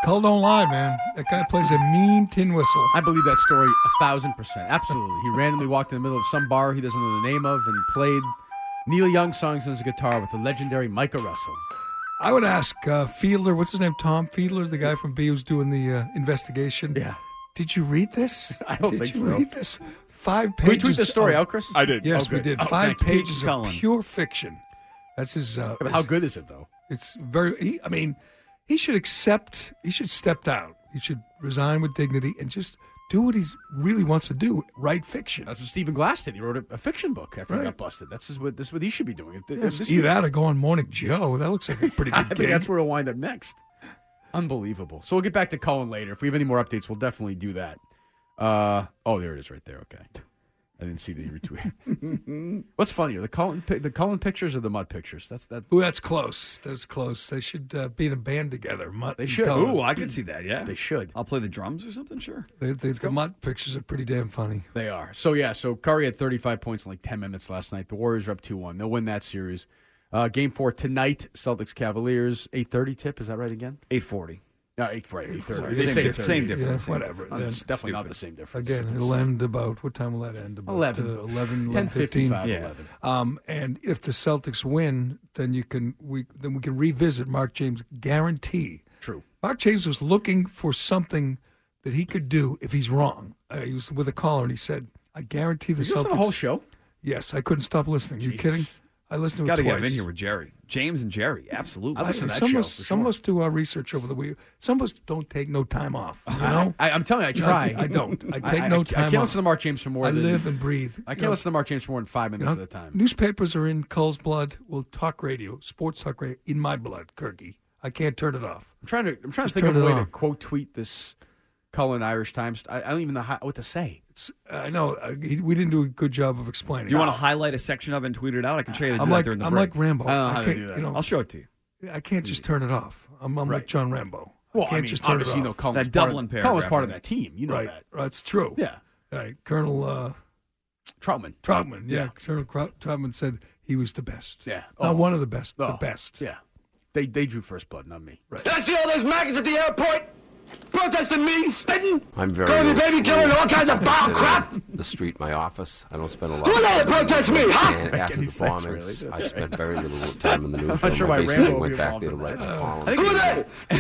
Cull don't lie, man. That guy plays a mean tin whistle. I believe that story a thousand percent. Absolutely. He randomly walked in the middle of some bar he doesn't know the name of and played Neil Young songs on his guitar with the legendary Micah Russell. I would ask uh, Fiedler, what's his name? Tom Fiedler, the guy from B who's doing the uh, investigation. Yeah. Did you read (laughs) this? I don't did think you so. read this? Five Retweet pages. the story of- out, Chris? I did. Yes, Oh, we good. did. Oh, Five thank you. pages of Cullen. pure fiction. That's his. Uh, but how good is it, though? It's very. He, I mean, he should accept. He should step down. He should resign with dignity and just do what he really wants to do, write fiction. That's what Stephen Glass did. He wrote a, a fiction book after he Right. got busted. That's just what this is what he should be doing. Th- Yes, this either could- that or go on Morning Joe. That looks like a (laughs) pretty I good think gig. that's where we'll wind up next. Unbelievable. So we'll get back to Cullen later. If we have any more updates, we'll definitely do that. Uh, oh, there it is, right there. Okay, I didn't see the retweet. What's funnier, the Cullen pi- the Cullen pictures or the Mutt pictures? That's that. Ooh, that's close. That's close. They should uh, be in a band together. Mutt They and should. Cullen. Ooh, I could see that. Yeah, they should. I'll play the drums or something. Sure. The, the, the Mutt pictures are pretty damn funny. They are. So yeah. So Curry had 35 points in like 10 minutes last night. The Warriors are up 2-1. They'll win that series. Uh, game four tonight. Celtics Cavaliers 8:30 tip. Is that right again? Uh, 8:40. No, 8:40. 8:30. Same- same Same, same difference. Yeah, difference. whatever. It's That's definitely not the same difference. Again, it'll end about what time will that end? About 11. uh, 11, 11, 10:55, 15. Yeah. 11. Um, and if the Celtics win, then you can we then we can revisit Mark James' guarantee. True. Mark James was looking for something that he could do if he's wrong. Uh, he was with a caller and he said, "I guarantee the Did you Celtics." listen to the whole show? Yes, I couldn't stop listening. you kidding? I listened to Got it to twice. get him in here with Jerry, James, and Jerry. Absolutely. some of us, some of us do our research over the week. Some of us don't take no time off. You know, I, am telling you, I No, try. I don't. I take (laughs) I, no I time can't off. listen to Mark James for more. I than, live and breathe. I you can't know. listen to Mark James for more than five minutes You know, at a time. Newspapers are in Cull's blood. Well, talk radio, sports talk radio, in my blood, Kirky. I can't turn it off. I'm trying to. I'm trying Just to think of turn a it way on. to quote tweet this Cullen Irish Times. I, I don't even know how, what to say. I know uh, he- we didn't do a good job of Do explaining. you want to highlight a section of it and tweet it out? I can show you the I'm do that like- during the I'm break. like Rambo. I don't know I how to can't- do that. you know- I'll show it to you. I can't just turn it off. I'm, I'm like John Rambo. Well, I I can't mean, just turn it off. obviously, you know, Cullen's That part of- Dublin Cullen's paragraph part on of it. that team. You know right. that. That's true. Yeah. All right, Colonel uh, Troutman. Troutman. Yeah, Colonel Crou- Troutman said he was the best. Yeah. not one of the best. The Oh, best. Yeah. They they drew first blood, not me. Right. Did I see all those maggots at the airport? Protesting me, spitting, I'm very. calling me baby old killer and all kinds of foul consider crap. The street, my office. I don't spend a lot. Who of the time hell protest in the me, news, huh? And Make after any the sense, bombings, really. I That's spent right. very little (laughs) time in the newsroom. not sure why I basically Rambo would went be back involved there to in write that. my Uh, columns. I think Who and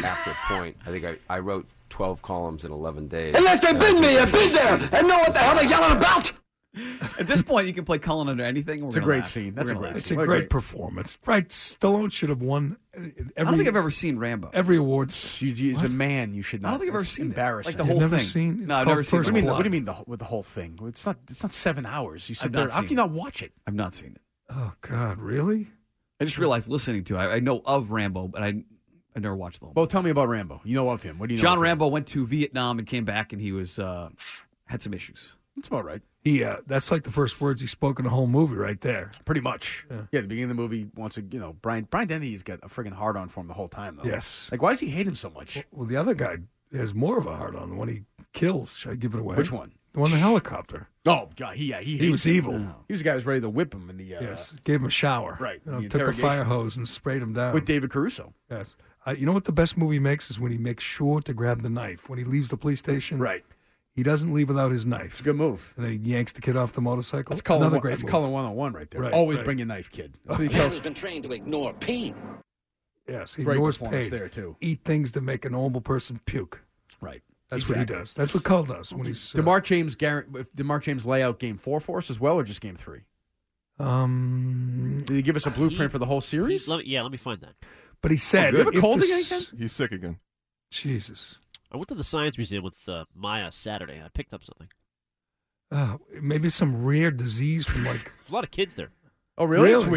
they? After a point, I think I, I wrote 12 columns in 11 days. Unless they've And I been think me, I I've been there, and know what the hell they're yelling about. At this point, you can play Cullen under anything. and We're It's a gonna great laugh. scene. We're That's a gonna great laugh. scene. It's a What a great great- performance. Right, Stallone should have won. uh, Every, I don't think I've ever seen Rambo. every awards. You, you, as a man, you should not. I don't think I've ever it's seen it. embarrassing. Like the You've whole never thing. seen- it's No, I've called never seen What First do you mean? Blood. What do you mean the whole- with the whole thing? It's not. It's not seven hours. You sit I've there. not How seen can you it. not watch it? I've not seen it. Oh God, really? I just realized listening to it. I, I know of Rambo, but I I never watched the whole. Well, tell me about Rambo. You know of him. What do you know? John of him? Rambo went to Vietnam and came back, and he was uh, had some issues. That's about right. He, uh, that's like the first words he spoke in the whole movie, right there. Pretty much. Yeah. the beginning of the movie, once again, you know, Brian Brian Dennehy's got a friggin' hard on for him the whole time, though. Yes. Like, why does he hate him so much? Well, the other guy has more of a heart on the one he kills. Should I give it away? Which one? The one in the helicopter. Oh, God. He, yeah, he, He hates was him. evil. He was the guy who was ready to whip him in the. Uh, Yes, gave him a shower. Right, You know, the took a interrogation. fire hose and sprayed him down Um, With David Caruso. Yes. Uh, you know what the best movie makes is when he makes sure to grab the knife when he leaves the police station. Right. He doesn't leave without his knife. It's a good move. And then he yanks the kid off the motorcycle. That's calling, Another one, great that's move. calling 101 right there. Right, Always right. Oh, bring your knife, kid. That's what he Man tells was been trained to ignore pain. Yes, he Great ignores performance pain. there, too. Eat things to make a normal person puke. (laughs) Right. That's what he Exactly. does. That's what Cull does when he's. uh, Did Mark James guarant- if did Mark James lay out game four for us as well, or just game three? Um, Did he give us a blueprint for the whole series? Let me, yeah, let me find that. but he said, you Oh, have a if cold this- again, He's sick again. Jesus. I went to the science museum with uh, Maya Saturday. and I picked up something. Uh, maybe some rare disease from like. There's a lot of kids there. Oh, really? A (laughs) lot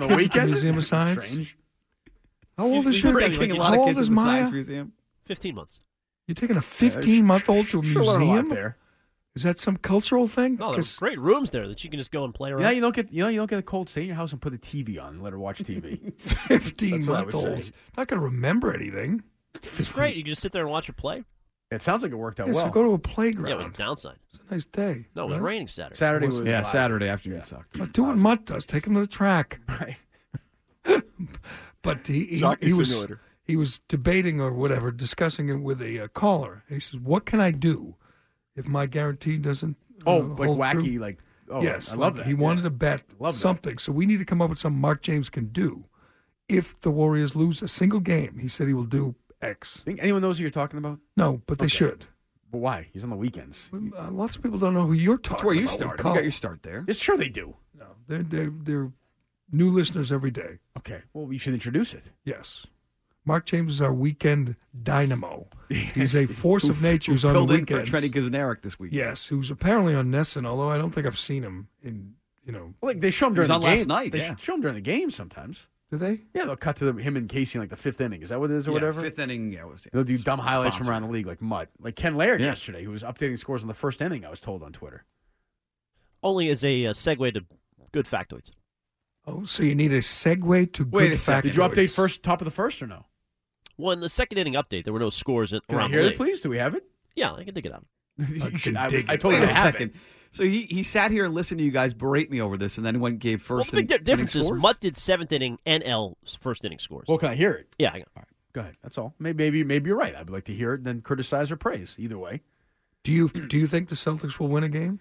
of kids at the Museum of Science. How old is she? How old is Maya? museum. Fifteen months. You're taking a 15 month old (laughs) to a sure learn a lot museum? there. Is that some cultural thing? No, there's (laughs) 'Cause great rooms there that you can just go and play around. Yeah, you don't get you know you don't get a cold. Stay in your house and put a TV on and let her (laughs) watch TV. 15 That's what I would month say. olds. Not going to remember anything. it's great. You can just sit there and watch it play. It sounds like it worked out Yes, well. so go to a Yeah, it was playground. downside. It's a nice day. No, it was right? raining Saturday. Saturday was yeah, lousy. Saturday afternoon sucked. But do what Mutt does. Take him to the track. Right. (laughs) but he he, Jockey he was simulator. he was debating or whatever, discussing it with a uh, caller. He says, "What can I do if my guarantee doesn't?" uh, Oh, like hold wacky, through?" like, oh, yes, I love like that, He yeah. wanted to bet Love that. something, so we need to come up with something Mark James can do if the Warriors lose a single game. He said he will do X. Think anyone knows who you're talking about? No, but they should. But why? He's on the weekends. Uh, lots of people don't know who you're talking. That's where you about with started. You Col- got your start there. It's sure they do. They're, they're, they're new listeners every day. Okay. Well, we should introduce it. Yes. Mark James is our weekend dynamo. He's a force of nature who's on the filled in weekends. for Trenny Kuznarek this week. Yes, who's apparently on Nesson, although I don't think I've seen him in, you know. Like they show him He was during the on game. last night, They yeah. show him during the game sometimes. Do they? Yeah, they'll cut to them, him and Casey in like the fifth inning. Is that what it is or Yeah, whatever? Fifth inning. Yeah, it was, They'll do dumb highlights from sponsored. around the league, like Mutt, like Ken Laird Yeah. yesterday, who was updating scores on the first inning. I was told on Twitter. Only as a uh, segue to good factoids. Oh, so you need a segue to Wait good a second. Did you update factoids. first top of the first or no? Well, in the second inning update, there were no scores in, Can I around hear the it, league. please? Do we have it? (laughs) Yeah, I can dig it up. you should- I- I told told you you a to have it. second. So he, he sat here and listened to you guys berate me over this, and then went and gave Well, first. the big di- inning difference is scores? Mutt did seventh inning and L's first inning scores. Well, can I hear it? Yeah, hang on. Go ahead. That's all. Maybe, maybe, maybe you're right. I'd like to hear it, then criticize or praise. Either way. Do you do you think the Celtics will win a game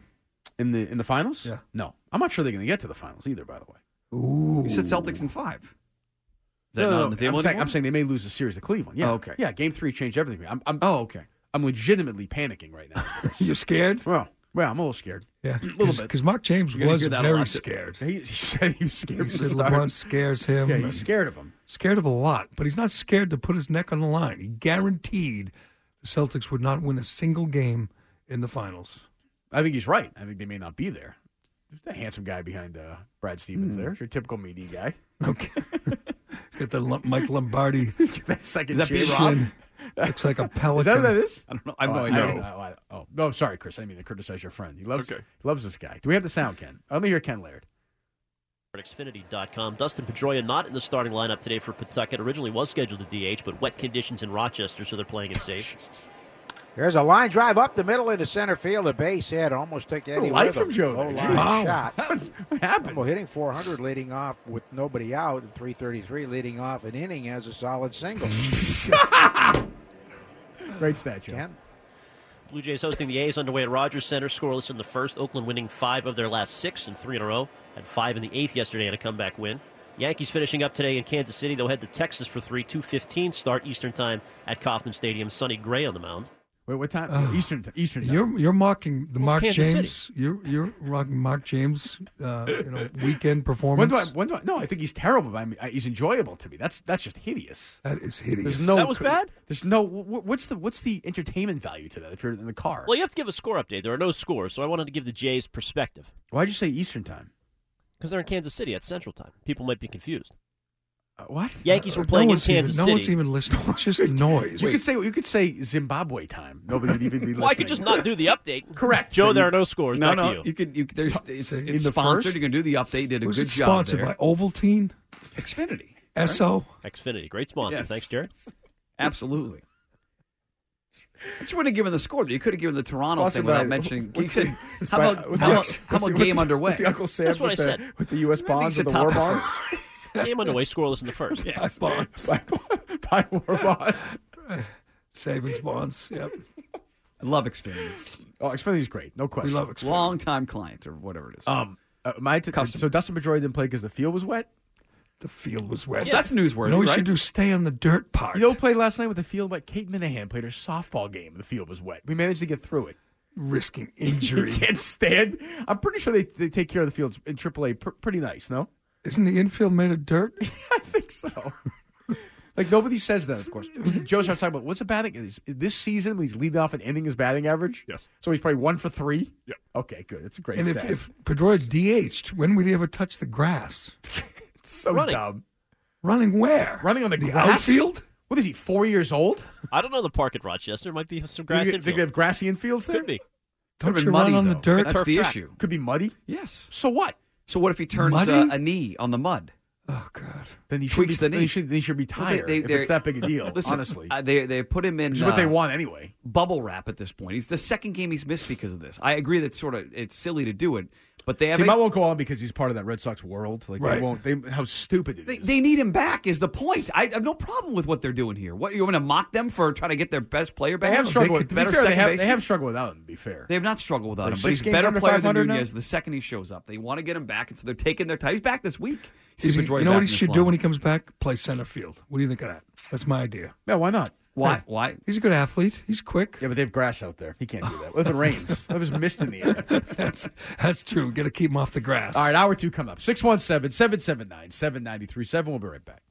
in the in the finals? Yeah. No, I'm not sure they're going to get to the finals either. By the way. Ooh. You said Celtics in five. Is that No, not no, on the no, table I'm, saying, anymore? I'm saying they may lose the series to Cleveland. Yeah. Oh, okay. Yeah. Game three changed everything. I'm. I'm oh, okay. I'm legitimately panicking right (laughs) now. (laughs) You're scared? Well, well, I'm (laughs) a little scared. Yeah, a little bit. because Mark James You're gonna was hear that a very lot. scared. (laughs) He, he said he was scared. He from the said start. LeBron scares him. Yeah, he's scared of him. Scared of a lot, but he's not scared to put his neck on the line. He guaranteed the Celtics would not win a single game in the finals. (laughs) I think he's right. I think they may not be there. There's that handsome guy behind uh, Brad Stevens. Hmm. There, your typical media guy. (laughs) He's got the Lum- Mike Lombardi. that second Is that chin. B-Rob? Looks like a pelican. (laughs) Is that what that is? I don't know. I I have have oh, no I- idea. I- I- I- oh, no, sorry, Chris. I didn't mean to criticize your friend. He loves he loves this guy. Do we have the sound, Ken? Let me hear Ken Laird. At Xfinity.com, um, Dustin Pedroia not in the starting lineup today for Pawtucket. Originally was scheduled to DH, but wet conditions in Rochester, so they're playing it safe. There's a line drive up the middle into center field, a base hit. Almost took Eddie light with from him. Joe Low there. line Jeez. shot. what happened? Oh, hitting 400, leading off with nobody out, and 333 leading off an inning as a solid single. (laughs) Great statue. Blue Jays hosting the A's underway at Rogers Center, scoreless in the first. Oakland winning five of their last six and three in a row, and five in the eighth yesterday in a comeback win. Yankees finishing up today in Kansas City. They'll head to Texas for three, 2.15 start Eastern time at Kauffman Stadium. Sonny Gray on the mound. Wait, what time? Eastern Eastern. Time. You're you're mocking the Well, Mark Kansas City. James. You're you're mocking Mark James. Uh, you know, weekend When performance. do I? When do I? No, I think he's terrible. But I mean, I- he's enjoyable to me. That's that's just hideous. That is hideous. There's no. That was bad? There's no. wh- What's the what's the entertainment value to that if you're in the car? Well, you have to give a score update. There are no scores, so I wanted to give the Jays perspective Why'd you say Eastern time? because they're in Kansas City at Central time. People might be confused. Uh, what? Yankees were playing Uh, in no one's Kansas even, City. No one's even listening. It's just the noise. You could say you could say Zimbabwe time. Nobody would even be listening. Well, I could just (laughs) not do the update. Correct. Joe, there are no scores. No, Back no. to you. could. You, there's, it's In it's the sponsored. first? You can do the update. You Did a Was good it job sponsored there. by Ovaltine, Xfinity. SO. Xfinity, great sponsor. Yes. Thanks, Jerry. Absolutely. But you wouldn't have given the score. but You could have given the Toronto Sponsored thing without by- (laughs) mentioning. You what's could, the- it's how by- about, what's how the- about, how what's the- about what's game the- underway? what's the Uncle Sam That's what with I the- said. with the I US think bonds it's and a the war top- bonds? Game underway, scoreless in the first. Yes. (laughs) Bonds. Buy more bonds. Savings bonds. Yep. I love Xfinity. Oh, Xfinity's great. No question. We love Xfinity. Long time client or whatever it is. Um, uh, my t- so Dustin Pedroia didn't play because the field was wet. The field was wet. Yeah, that's newsworthy, You know what you right? should do? Stay on the dirt part. You know, who played last night with the field, but Kate Minahan played her softball game. The field was wet. We managed to get through it, (laughs) risking injury. you can't stand. I'm pretty sure they, they take care of the fields in AAA pr- pretty nice. No, Isn't the infield made of dirt? I think so. (laughs) like nobody says that, of course. Joe starts talking about what's the batting is- this season. when He's leading off and ending his batting average. Yes, so he's probably one for three. Yep. Okay, good. It's a great. and if, stat. if Pedroia DH'd, when would he ever touch the grass? It's so Running. dumb. Running where? Running on the, The grass? outfield? What is he? Four years old? I don't know the park at Rochester. Might be some grass. you think infield. they have grassy infields there? Could be. Don't Could've you been run muddy, on the though. dirt? That's Turf the track. issue. Could be muddy. Yes. So what? So what if he turns Muddy? uh, a knee on the mud? Oh, Then he should be, Tweaks the then knee. he should- then he should be Well, tired if it's that (laughs) big a deal, Listen, honestly. uh, they they put him in. Which is what they uh, want anyway. Bubble wrap at this point. He's the second game he's missed because of this. I agree that sort of it's silly to do it, but they have See, a- I won't go on because he's part of that Red Sox world. Like they Right. won't. They how stupid it is. They, they need him back is the point. I have no problem with what they're doing here. What you want to mock them for trying to get their best player back? They have They struggled. could with, to be better fair, they second have, baseman. they have struggled without him. To be fair, They have not struggled without Like him, but six he's a games better under player than 500 now? Nunez the second he shows up. They want to get him back, and so they're taking their time. He's back this week. Is See he- Pedroia you know back what in he this should lineup. do when he comes back? Play center field. What do you think of that? That's my idea. yeah, why not? Why? Why? He's a good athlete. He's quick. Yeah, but they have grass out there. He can't do that. What if it rains? What if it's mist in the (laughs) air? (laughs) that's that's true. Got to keep him off the grass. All right, hour two coming up. 617 779 7937. We'll be right back.